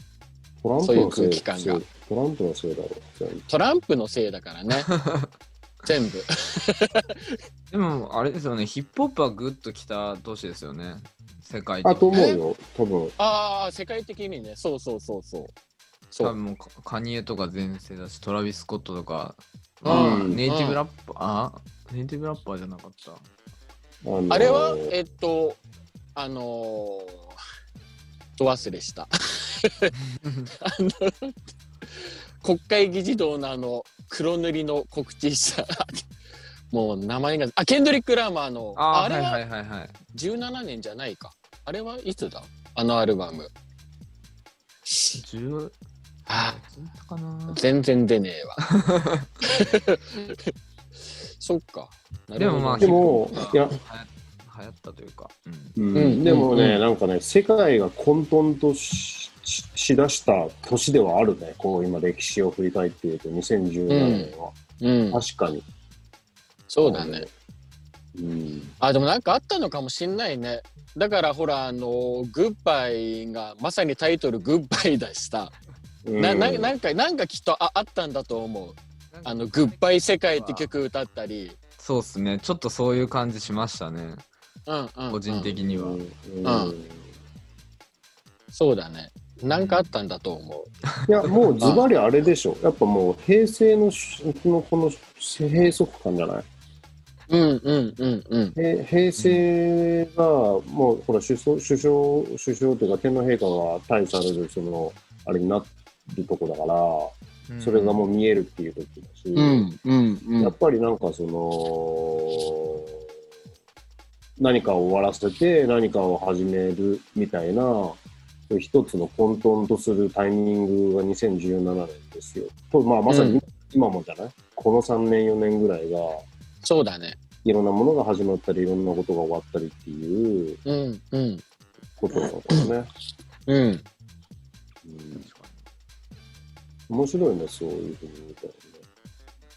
トラン
そう
プ
いう
のせ
空
い
気感が
トランプのせいだろう全部
トランプのせいだから *laughs* ね。全部。
でも、あれですよね、ヒップホップはグッときた年ですよね。世界
あと
的に
思うよ多分
ああ、世界的にね。そうそうそうそう。そ
多
う。
分もうカカニエとか全盛だし、トラビス・スコットとか、
うん
うんネイティブラッパー、あネイティブラッパーじゃなか *laughs* った。
あのー
あれは、えっと、あのー、ド忘れした。あの、国会議事堂のあの、黒塗りの告知した。もう名前が、あ、ケンドリック・ラーマーの、あ
ああー、は
れ
い
は
はいはいはい。
17年じゃないか。あれはいつだあのアルバム。
10
あ
かな
全然出ねえわ。
*laughs*
そっか。なるほど
でもまあ
でもいや
流行流行ったというか。うん
うん
うん
でもね、
うん
なんかね、世界が混沌としししだした年ではあるね、こう今、歴史を振り返っていると、2017年は、
うん、
確かに。
そうだね。
うん
あでもなんかあったのかもしんないねだからほらあのグッバイがまさにタイトルグッバイだしさ、なななんかなんかきっとああったんだと思うあの「グッバイ世界」って曲歌ったり
そうっすねちょっとそういう感じしましたね
うんうんうん、
個人的には、
うん
そうだねなんかあったんだと思う
いやもうズバリあれでしょやっぱもう平成のしのこの閉塞感じゃない
うんうんうんうん
へ平成がもうほら首相首相首相というか天皇陛下が退位されるそのあれになるとこだからそれがもう見えるっていう時だし、
うんうんう
や
ん
っぱりなんかその何かを終わらせて何かを始めるみたいなそういう一つの混沌とするタイミングが2017年ですよ。とまあまさ
う
に今もじゃない、この3年4年ぐらいが
そうだね
いろんなものが始まったりいろんなことが終わったりっていう
うんうん
ことなのかもね。
うん
うん面白いね、そういうふうに見たらね。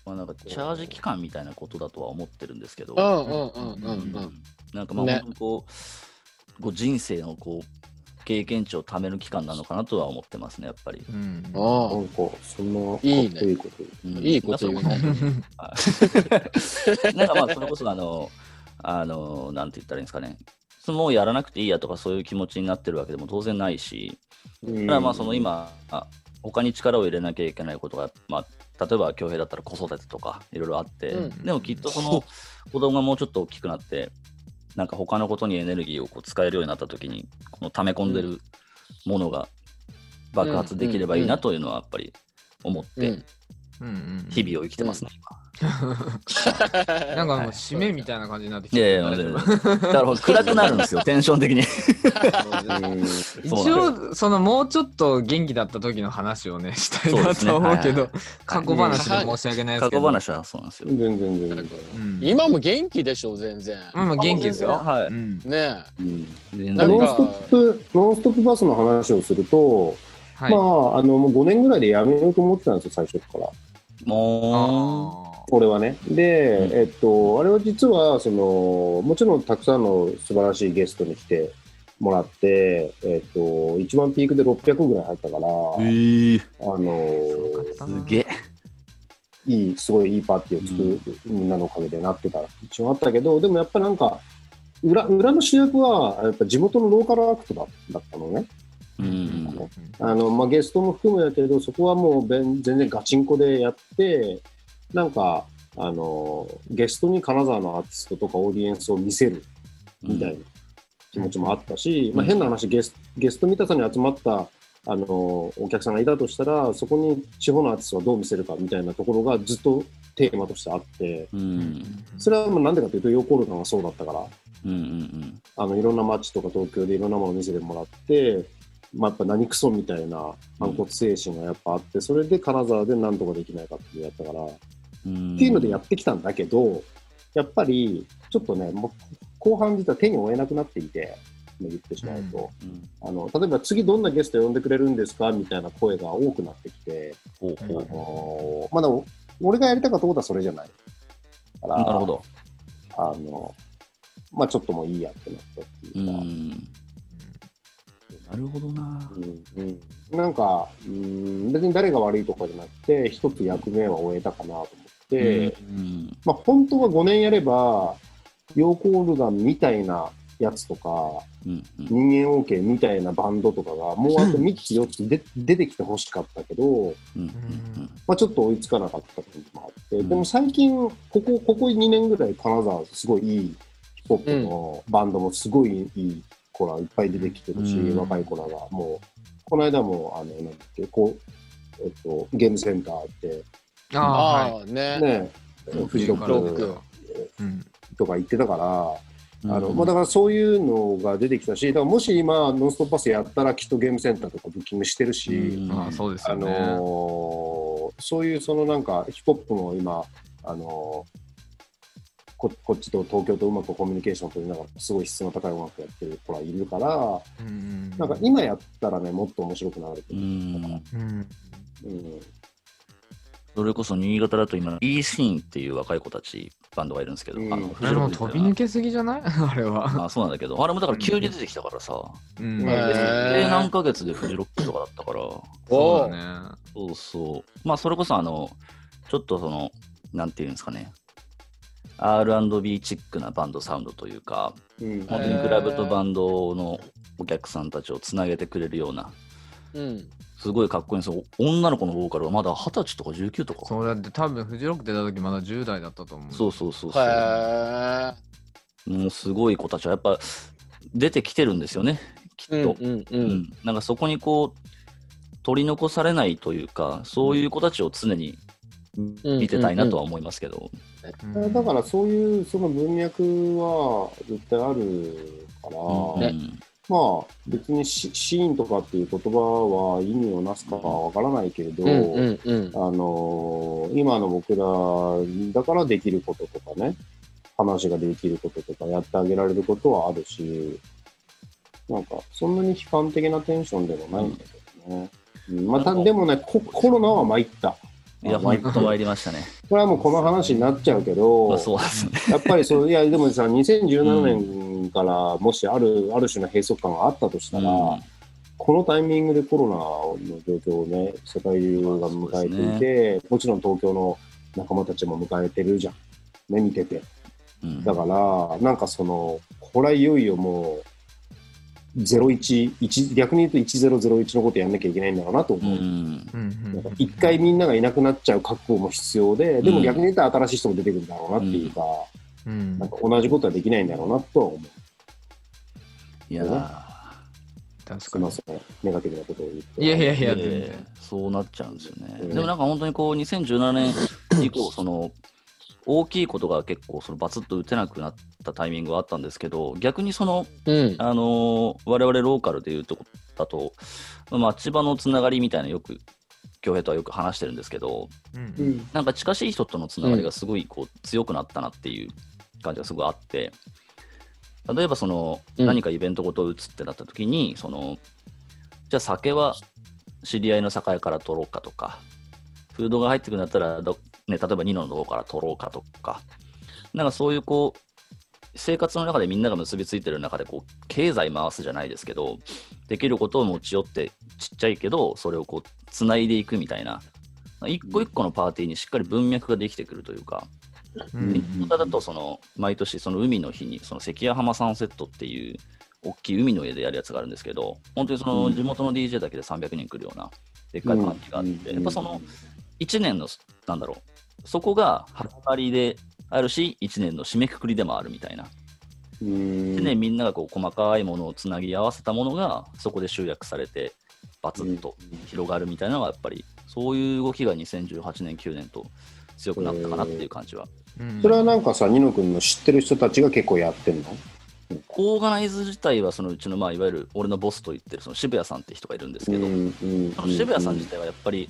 まあ、なんかチャージ期間みたいなことだとは思ってるんですけど、
うんうんうんうん
う
うん
なんかまあ
ね
本当にこう、こう人生のこう経験値を貯める期間なのかなとは思ってますね、やっぱり。
うん
なん
あ
か、そんなかっこ
いいね
いいこと言う
うん
いいこと言うね
はいなんかまあそれこそあの、あの、なんて言ったらいいんですかね。そのもうやらなくていいやとかそういう気持ちになってるわけでも当然ないし、ただまあその、今、あ他に力を入れなきゃいけないことが、まあ、例えば恭平だったら子育てとかいろいろあって、
うん
でもきっとその子供がもうちょっと大きくなって、なんか他のことにエネルギーをこう使えるようになった時に、この溜め込んでるものが爆発できればいいなというのはやっぱり思っ
う
て、
ん
*laughs*
うん
日々を生きてますね、今。
なんかもう締めみたいな感じになってき
いやい
て
や、まあだからほら暗くなるんですよ、テンション的に。
うん
一
そうなん
応そのもうちょっと元気だった時の話をねしたい
そうで
な
すね
と思うけ
は
ど
い
過去話で申し訳ないで
過
すけ
去
ど
話はそうなんですよ。
全然全然。
うん
*laughs* 今も元気でしょ全然
まあまあ元気ですよ
はい
うん
ね
うん
全
な
然
ノ
ん
ン
か
ストップ、ノンストップバスの話をすると、
はい
まあ、あの、もう5年ぐらいでやめようと思ってたんですよ、最初から。
も
俺はね。で、
うん
えっと、あれは実は、その、もちろんたくさんの素晴らしいゲストに来てもらって、えっと、一番ピークで600ぐらい入ったか
う。
ら、
え
あの、
すげえ。
いい、すごいいいパーティーを作る、みんなのおかげでなってた、一応あったけど、でもやっぱなんか、裏裏の主役は、やっぱ地元のローカルアクトだだったのね。
うん。
あのまあ、ゲストも含むだけれど、そこはもうべん全然ガチンコでやって、なんか、あのゲストに金沢のアーティストとかオーディエンスを見せるみたいな気持ちもあったし、
うん
まあ、変な話ゲス、ゲスト見たさに集まったあのお客さんがいたとしたら、そこに地方のアーティストはどう見せるかみたいなところがずっとテーマとしてあって、
うん。
それはまあなんでかというと、ヨーコールカンがそうだったから。
うん。うん。
あのいろんな街とか東京でいろんなものを見せてもらって、まあ、やっぱ何クソみたいな反骨精神がやっぱあって、それで金沢でなんとかできないかっていうのやったから、
うん。
っていうのでやってきたんだけどやっぱりちょっとねもう後半実は手に負えなくなっていて言ってしまうと、
うん。
あの例えば次どんなゲスト呼んでくれるんですかみたいな声が多くなってきて、
ほうほ
あのまあでも俺がやりたかったことはそれじゃないだから
う。なるほど。
あのまあちょっともういいやってなったっていう
う
か。
ん。なるほどな。
うんうんなんか、うん、別に誰が悪いとかじゃなくて、一つ役目は終えたかなと思って、
うん。
まあ本当は5年やれば、ヨーコールガンみたいなやつとか、
うん。うん。
人間 OK みたいなバンドとかが、もうあと3つ4つで出てきてほしかったけど、
うん。
まあちょっと追いつかなかった感じもあって、
うん
でも最近、ここ、ここ2年ぐらい金沢、すごいいいヒップホップのバンドもすごいいい子らいっぱい出てきてるし、
うん
若い子らが、もう、この間も、あの、なんだっけ、こう、えっと、ゲームセンターって、
ああはい
ああね
ね、
うん
フジロック
うん
とか行ってたから、あの、まあ、だ
だ。
からそういうのが出てきたし、だからもし今、ノンストップパスやったら、きっとゲームセンターとかブッキングしてるし、
うん
まあそうです
あ
よね
のーそういうそのなんかヒップホップも今、あのーここっちと東京とうまくコミュニケーションを取りながらすごい質の高い音楽やってる子らいるから
うん
なんか今やったらねもっと面白くなる
う
と思
ん。
うん
う、うん
それこそ新潟だと今、E シーンっていう若い子たちバンドがいるんですけど、
うん
あの
あれもう飛び抜けすぎじゃないあれは。
あそうなんだけど、あれもだから急に出てきたからさ、
うん。
へー
で何ヶ月でフジロックとかだったから、
そ
お
う
う
だね。
そうそう、まあそれこそあの、ちょっとその、なんていうんですかね、R&B チックなバンドサウンドというか、
うん
本当にクラブとバンドのお客さんたちをつなげてくれるような、
うん。
すごいかっこいいんですよ。女の子のボーカルはまだ二十歳とか19とか。
そうだって多分フジロック出た時まだ10代だったと思う。。
そううそうそう
へ
そう。
え。
もうすごい子たちはやっぱ出てきてるんですよね、きっ
う
と。
んうんう
うん
ん。
なんかそこにこう、取り残されないというか、そういう子たちを常に見てたいなとは思いますけど。
ん、
だからそういうその文脈は絶対あるから、
うん
ね
まあ別にシシーンとかっていう言葉は意味をなすかはわからないけれど、
うんうんうん。
あのー今の僕らだからできることとかね、話ができることとか、やってあげられることはあるし、なんか、そんなに悲観的なテンションでもないんだけどね。うんまた、でもねコ、コロナは参った。
いや、ほ
まあ
んと参りました
*laughs*
ね。
これはもうこの話になっちゃうけど、
まあそう *laughs* ですね。
やっぱりそう、いや、でもさ、2017年から、もしある、ある種の閉塞感があったとしたら、このタイミングでコロナの状況をね、世界中が迎えていて、もちろん東京の仲間たちも迎えてるじゃん。ね、見てて。
うん
だから、なんかその、これはいよいよもう、01、一逆に言うと1001のことやんなきゃいけないんだろうなと
う
思う。
ん。
うんうん
な
うんん
か一回みんながいなくなっちゃう覚悟も必要で、で
う
も
ん
逆に言ったら新しい人も出てくるんだろうなっていうか、
うん
なんか同じことはできないんだろうなとは思う。
いやー
確
す
か
みま
に。
せん。ネガティブなことを言って。
いやいやいや、
で
全然
そうなっちゃうんですよね。
うん
でもなんか本当にこう2017年以降その大きいことが結構そのバツッと打てなくなったタイミングはあったんですけど逆にその、
うん。
あのー我々ローカルでいうとこだと町場のつながりみたいなよく京平とはよく話してるんですけど
うん
うん。
なんか近しい人とのつながりがすごいこう強くなったなっていう感じがすごいあって、例えばその
うん
何かイベントごと打つってなった時に、そのじゃあ酒は知り合いの酒屋から取ろうかとかフードが入ってくるんだったらど、ね、例えばニノのとこから取ろうかとかなんかそういうこう生活の中でみんなが結びついてる中でこう経済回すじゃないですけどできることを持ち寄ってちっちゃいけどそれをこうつないでいくみたいな一個一個のパーティーにしっかり文脈ができてくるというか、
う
うん
ん
ただとその毎年その海の日にその関谷浜サンセットっていう大きい海の家でやるやつがあるんですけど本当にその地元の DJ だけで300人来るようなでっかいパーティーがあって、やっぱその1年のなんだろうそこが始まりであるし1年の締めくくりでもあるみたいな
うん
でね、みんながこう細かいものをつなぎ合わせたものがそこで集約されてバツッと広がるみたいなのがやっぱりそういう動きが2018年9年と強くなったかなっていう感じは、
うん
それはなんかさ、ニノ君の知ってる人たちが結構やってんの
オーガナイズ自体はそのうちの、まあ、いわゆる俺のボスと言ってるその渋谷さんって人がいるんですけど、その渋谷さん自体はやっぱり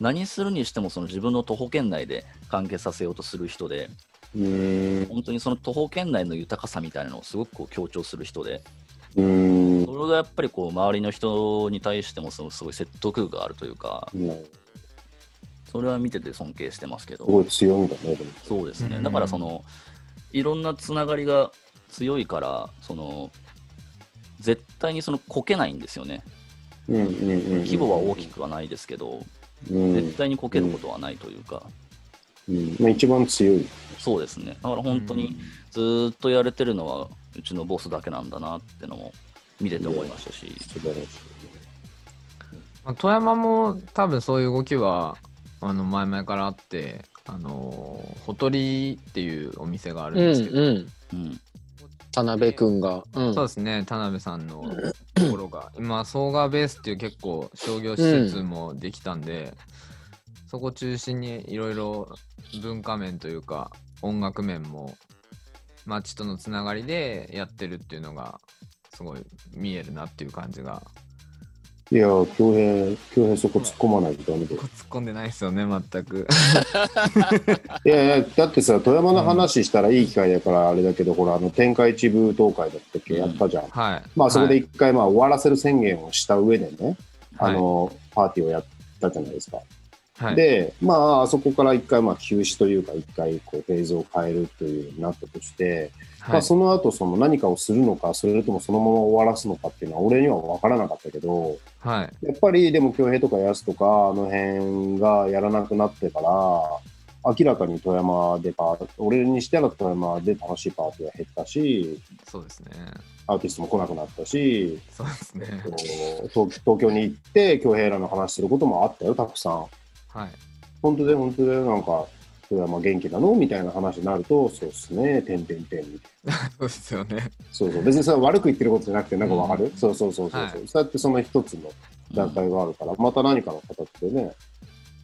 何するにしてもその自分の徒歩圏内で完結させようとする人で
うん
本当にその徒歩圏内の豊かさみたいなのをすごくこう強調する人で
うん
それがやっぱりこう周りの人に対してもそのすごい説得力があるというか
す
それは見てて尊敬してますけど
ごい強いんだねでも
そうです
う
ね
ん
だからそのいろんなつながりが強いからその絶対にそのこけないんですよね
うんうんうん
規模は大きくはないですけど
うん
絶対にこけることはないというか
うんまあ一番強い
そうですねだから本当に。ずーっとやれてるのはうちのボスだけなんだなってのも見てて思いましたし
素晴らしい
まあ富山も多分そういう動きはあの前々からあって、あのーほとりっていうお店があるん
うん
ですけど、
うん。
うん
田辺くんが。うん。
そうですね、田辺さんのところが、今、総合ベースっていう結構商業施設もできたんで、そこ中心にいろいろ文化面というか、音楽面も街とのつながりでやってるっていうのが、すごい見えるなっていう感じが、
いやー恭平恭平そこ突っ込まないとダメだ
*laughs*
よ
突っ込んでないですよね、全く。
いやいやだってさ富山の話したらいい機会だからあれだけどほらあの天下一武闘会だったっけやったじゃん
はい。
まあそこ
は
で
い
一回まあ終わらせる宣言をした上でね
は
あ
い
のパーティーをやったじゃないですか
はい。
で、まあ、そこから一回、まあ、休止というか、一回、こう、フェーズを変えるというようになったとして、ま
は
あ、
い、
その後、その何かをするのか、それともそのまま終わらすのかっていうのは、俺には分からなかったけど、
はい。
やっぱり、でも、京平とか安とか、あの辺がやらなくなってから、明らかに富山でパー、俺にしては富山で楽しいパーティーが減ったし、
そうですね。
アーティストも来なくなったし、
そうですね。
こう東東京に行って、京平らの話することもあったよ、たくさん。
はい。
本当で本当でなんか、それはまあ元気なのみたいな話になると、そうですね、てんてんてんみたいな。
そうですよね。
そうそう、別にそれは悪く言ってることじゃなくて、なんかわかる、そうそうそうそう。
は
そうそうやってその一つの段階があるから、また何かの形でね、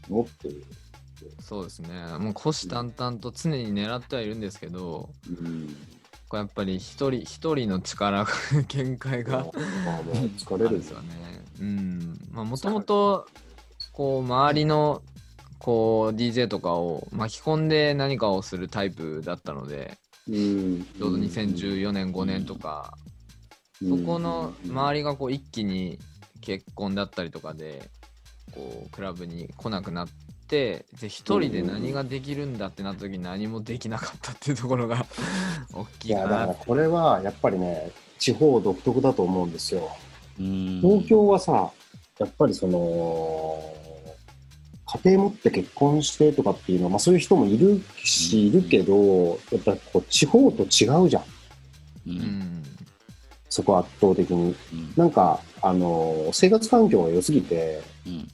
持ってる。
そうですね。もう虎視眈々と常に狙ってはいるんですけど、
うん。
こうやっぱり一人一人の力が *laughs* 限界
ま
が
あまあ、疲
*laughs* あ
れ
る
る
んですよね。うん。まあもともとこう周りのこう DJ とかを巻き込んで何かをするタイプだったので、
うん。
ちょうど2014年5年とか、そこの周
り。
りがこう一気に結婚だったりとかでこうクラブに来なくなってで一人で何ができるんだってなった時に何もできなかったっていうところが *laughs* 大き
い
いか
や、だか
な
らこれはやっぱりね、地方独特だと思うんですよ。
東
東京はさ、やっぱりその、家庭持って結婚してとかっていうのは、まあそういう人もいるし、いるけど、やっぱこう地方と違うじゃん。
うん
うん
そこは圧倒的に。
うん
なんか、あの、生活環境が良すぎて、
うんうん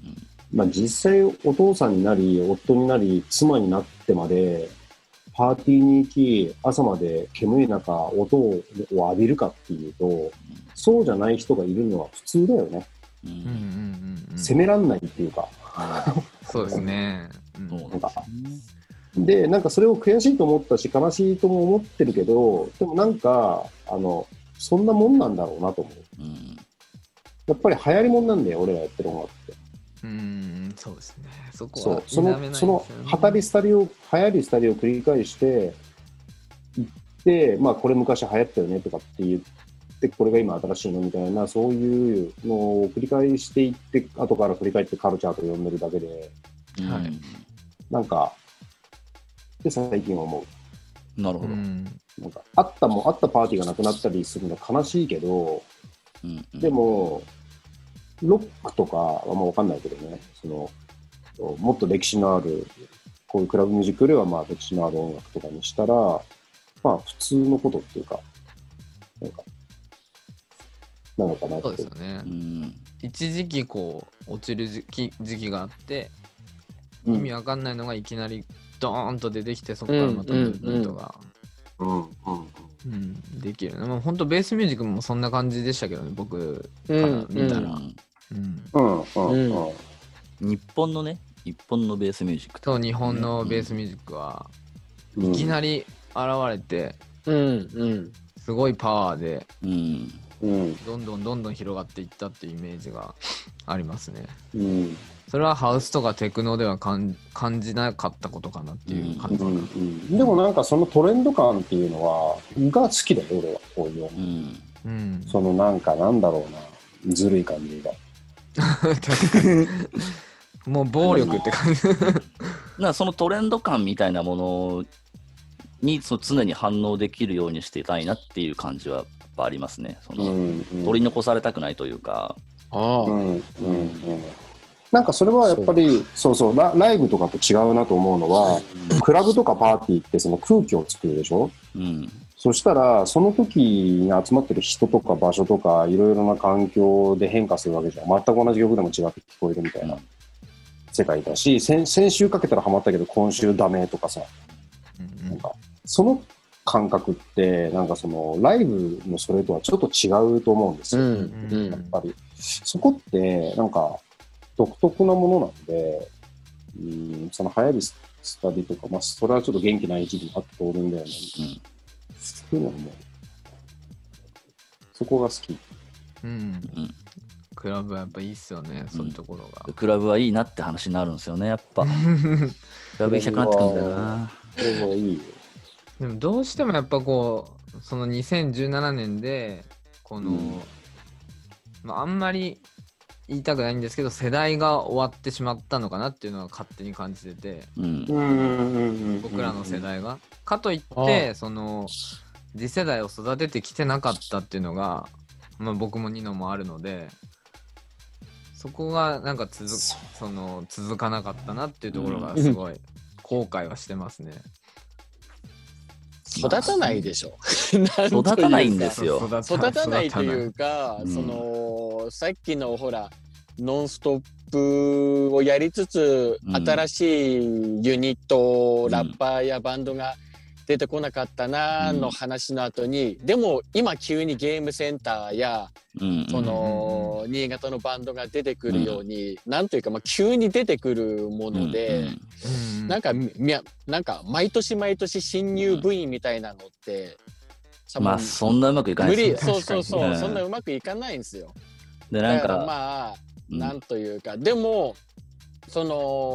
まあ実際お父さんになり、夫になり、妻になってまで、パーティーに行き、朝まで煙い中、音を浴びるかっていうと、そうじゃない人がいるのは普通だよね。
う
うんうん
ん
うんうん
責めらんないっていうか。
そうですね。うん
そうなんですね
で、なんかそれを悔しいと思ったし、悲しいとも思ってるけど、でもなんか、あの、そんなもんなんだろうなと思う。
うん
やっぱり流行りもんなんだよ、俺らやってる音楽って。
うんそうですね。そこ
そ
は
う。そ
否めない
の、
です
そ
よ
の
ね、
語り廃りを、流行り廃りを繰り返して、いって、まあ、これ昔流行ったよねとかって言って、これが今新しいのみたいな、そういうのを繰り返していって、後から振り返ってカルチャーと呼んでるだけで、
うん
はい
なんか、で、最近思う。
なるほ
う
ど。
ん
なんかあったもあったパーティーがなくなったりするの悲しいけど、
うんうん
でも、ロックとかはまあわかんないけどね、そのもっと歴史のある、こういうクラブミュージックよりはまあ歴史のある音楽とかにしたら、まあ普通のことっていうか、なんか、なのかな
そう
っ
です
て
よ。ね
う。ん
一時期こう落ちる時期時期があって
うん
意味わかんないのがいきなりドーンと出てきてそこからまたムーブメントが、
うんうんうん
うんできるまあ本当ベースミュージックもそんな感じでしたけどね僕、
う
から見たら
うん
うん、
うんうんう
う
ん
日本のね、日本のベースミュージックと
と日本のベースミュージックは
うん
いきなり現れて
うんうん
すごいパワーで
うん
うん
どんどんどんどん広がっていったっていうイメージがありますね
うん
それはハウスとかテクノでは感感じなかったことかなっていう感
う
じ、
んうんでもなんかそのトレンド感っていうのは、が好きだよ、俺は、こういう音楽
うん
うん、
そのなんかなんだろうな、ずるい感じが。
確かにもう暴力って感じ
なそのトレンド感みたいなものにその常に反応できるようにしていたいなっていう感じはやっぱありますね。その
ん、
取り残されたくないというか。
あ
う
あ
ん、うん、うん。なんかそれはやっぱり、そうそうラ、ライブとかと違うなと思うのは、クラブとかパーティーってその空気を作るでしょ
うん
そしたら、その時に集まってる人とか場所とか、いろいろな環境で変化するわけじゃん。全く同じ曲でも違って聞こえるみたいな
うん
世界だし、先先週かけたらハマったけど、今週ダメとかさ、
うんう
なん
ん
か、その感覚って、なんかその、ライブのそれとはちょっと違うと思うんです
う
よ。
ん
う
うんん
やっぱり。そこって、なんか、独特なものなんで、うん、その流行りスタディとか、まあ、それはちょっと元気ない時期もあっておるんだよね。
うん
そういうのも、そこが好き。
うん
うん
クラブはやっぱいいっすよね、そういうところが。
クラブはいいなって話になるんですよね、やっぱ。クラブ行きたくなってくるんだよな。
それもいいよ。
*laughs* でもどうしてもやっぱこう、その2017年で、この、
うん
まあ、あんまり言いたくないんですけど世代が終わってしまったのかなっていうのは勝手に感じてて
うん
う。ん
僕らの世代が。かといってその次世代を育ててきてなかったっていうのが、まあ、僕もニノもあるのでそこがなんか続
そ
その続かなかったなっていうところがすごい後悔はしてますね。
育たないで
*laughs*
しょ。なんとうか
育たないんですよ。
育
育たないというか、
うん
そのさっきのほら「ノンストップ!」をやりつつ、
うん
新しいユニット
うん
ラッパーやバンドが出てこなかったな
うん
の話の後に、でも今急にゲームセンターや
うん
そ
うん
の、新潟のバンドが出てくるように、なんというか、まあ、急に出てくるもので。
うん
うん
なんかみみやなんか毎年毎年新入部員みたいなのって、多分
まあそんなうまくいかな
無
いです
理
ね
そうそうそう、
うん
そんなうまくいかないんですよ
でな
だ
ん
から
か、
まあ、
うん
なんというかでもそ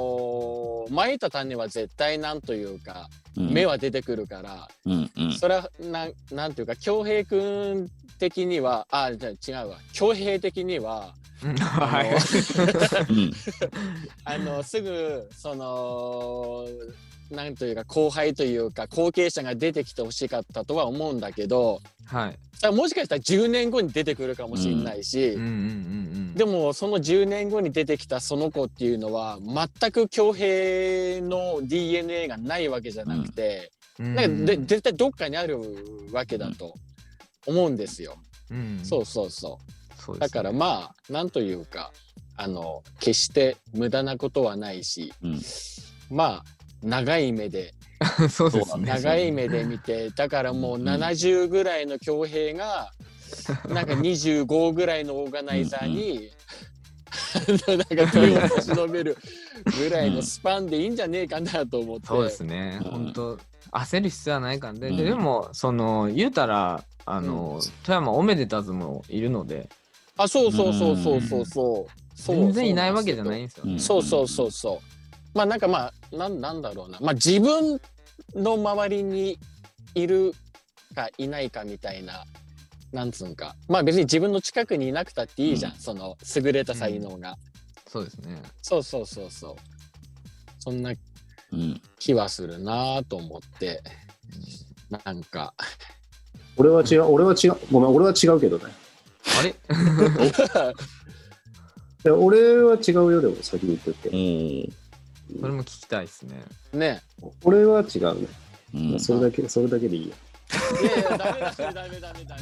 のまいた種は絶対なんというか芽は出てくるから、
うんうん
それはなんなんというか恭平君的にはあじゃあ違うわ恭平的には
うんはい
あの
うん
あのすぐそのなんというか後輩というか後継者が出てきてほしかったとは思うんだけど
はい。
さあもしかしたら10年後に出てくるかもしれないし、
うんうんうんうん。
で
も、
もその10年後に出てきたその子っていうのは全く恭平の DNA がないわけじゃなくて、なんかで絶対どっかにあるわけだと思うんですよ。
うん、
そうそうそう。
そうで
だ
すね
からまあなんというかあの決して無駄なことはないし、
うん
まあ長い目で
*laughs* そうですね。
長い目で見てだからもう70ぐらいの恭平がなんか25ぐらいのオーガナイザーに *laughs* なんか手を差し伸べるぐらいのスパンでいいんじゃねえかなと思って。
そうですね、
うん
本当焦る必要はないからね、
うん
ででもその言うたらあの、富山おめでたずもいるので
あそうそうそうそうそうそうそう。
全然いないわけじゃないんですよ、
うん
そうそうそうそう。まあなんかまあなんなんだろうな、まあ、自分の周りにいるかいないかみたいな。なんつうんかまあ別に自分の近くにいなくたっていいじゃん、
うん
その優れた才能が、
そうですね
そうそうそうそうそんな *laughs*
うん
気はするなぁと思ってなんか
俺は違う、俺は違う、ごめん、俺は違うけどね。
あれ *laughs*
で俺は違うよ、でも先に言って
お
て。
ー
それも聞きたいですね
*laughs* ね
俺は違うね。
うん
それだけ、それだけでいいよ。
いやいやダメだそれダメダメダメ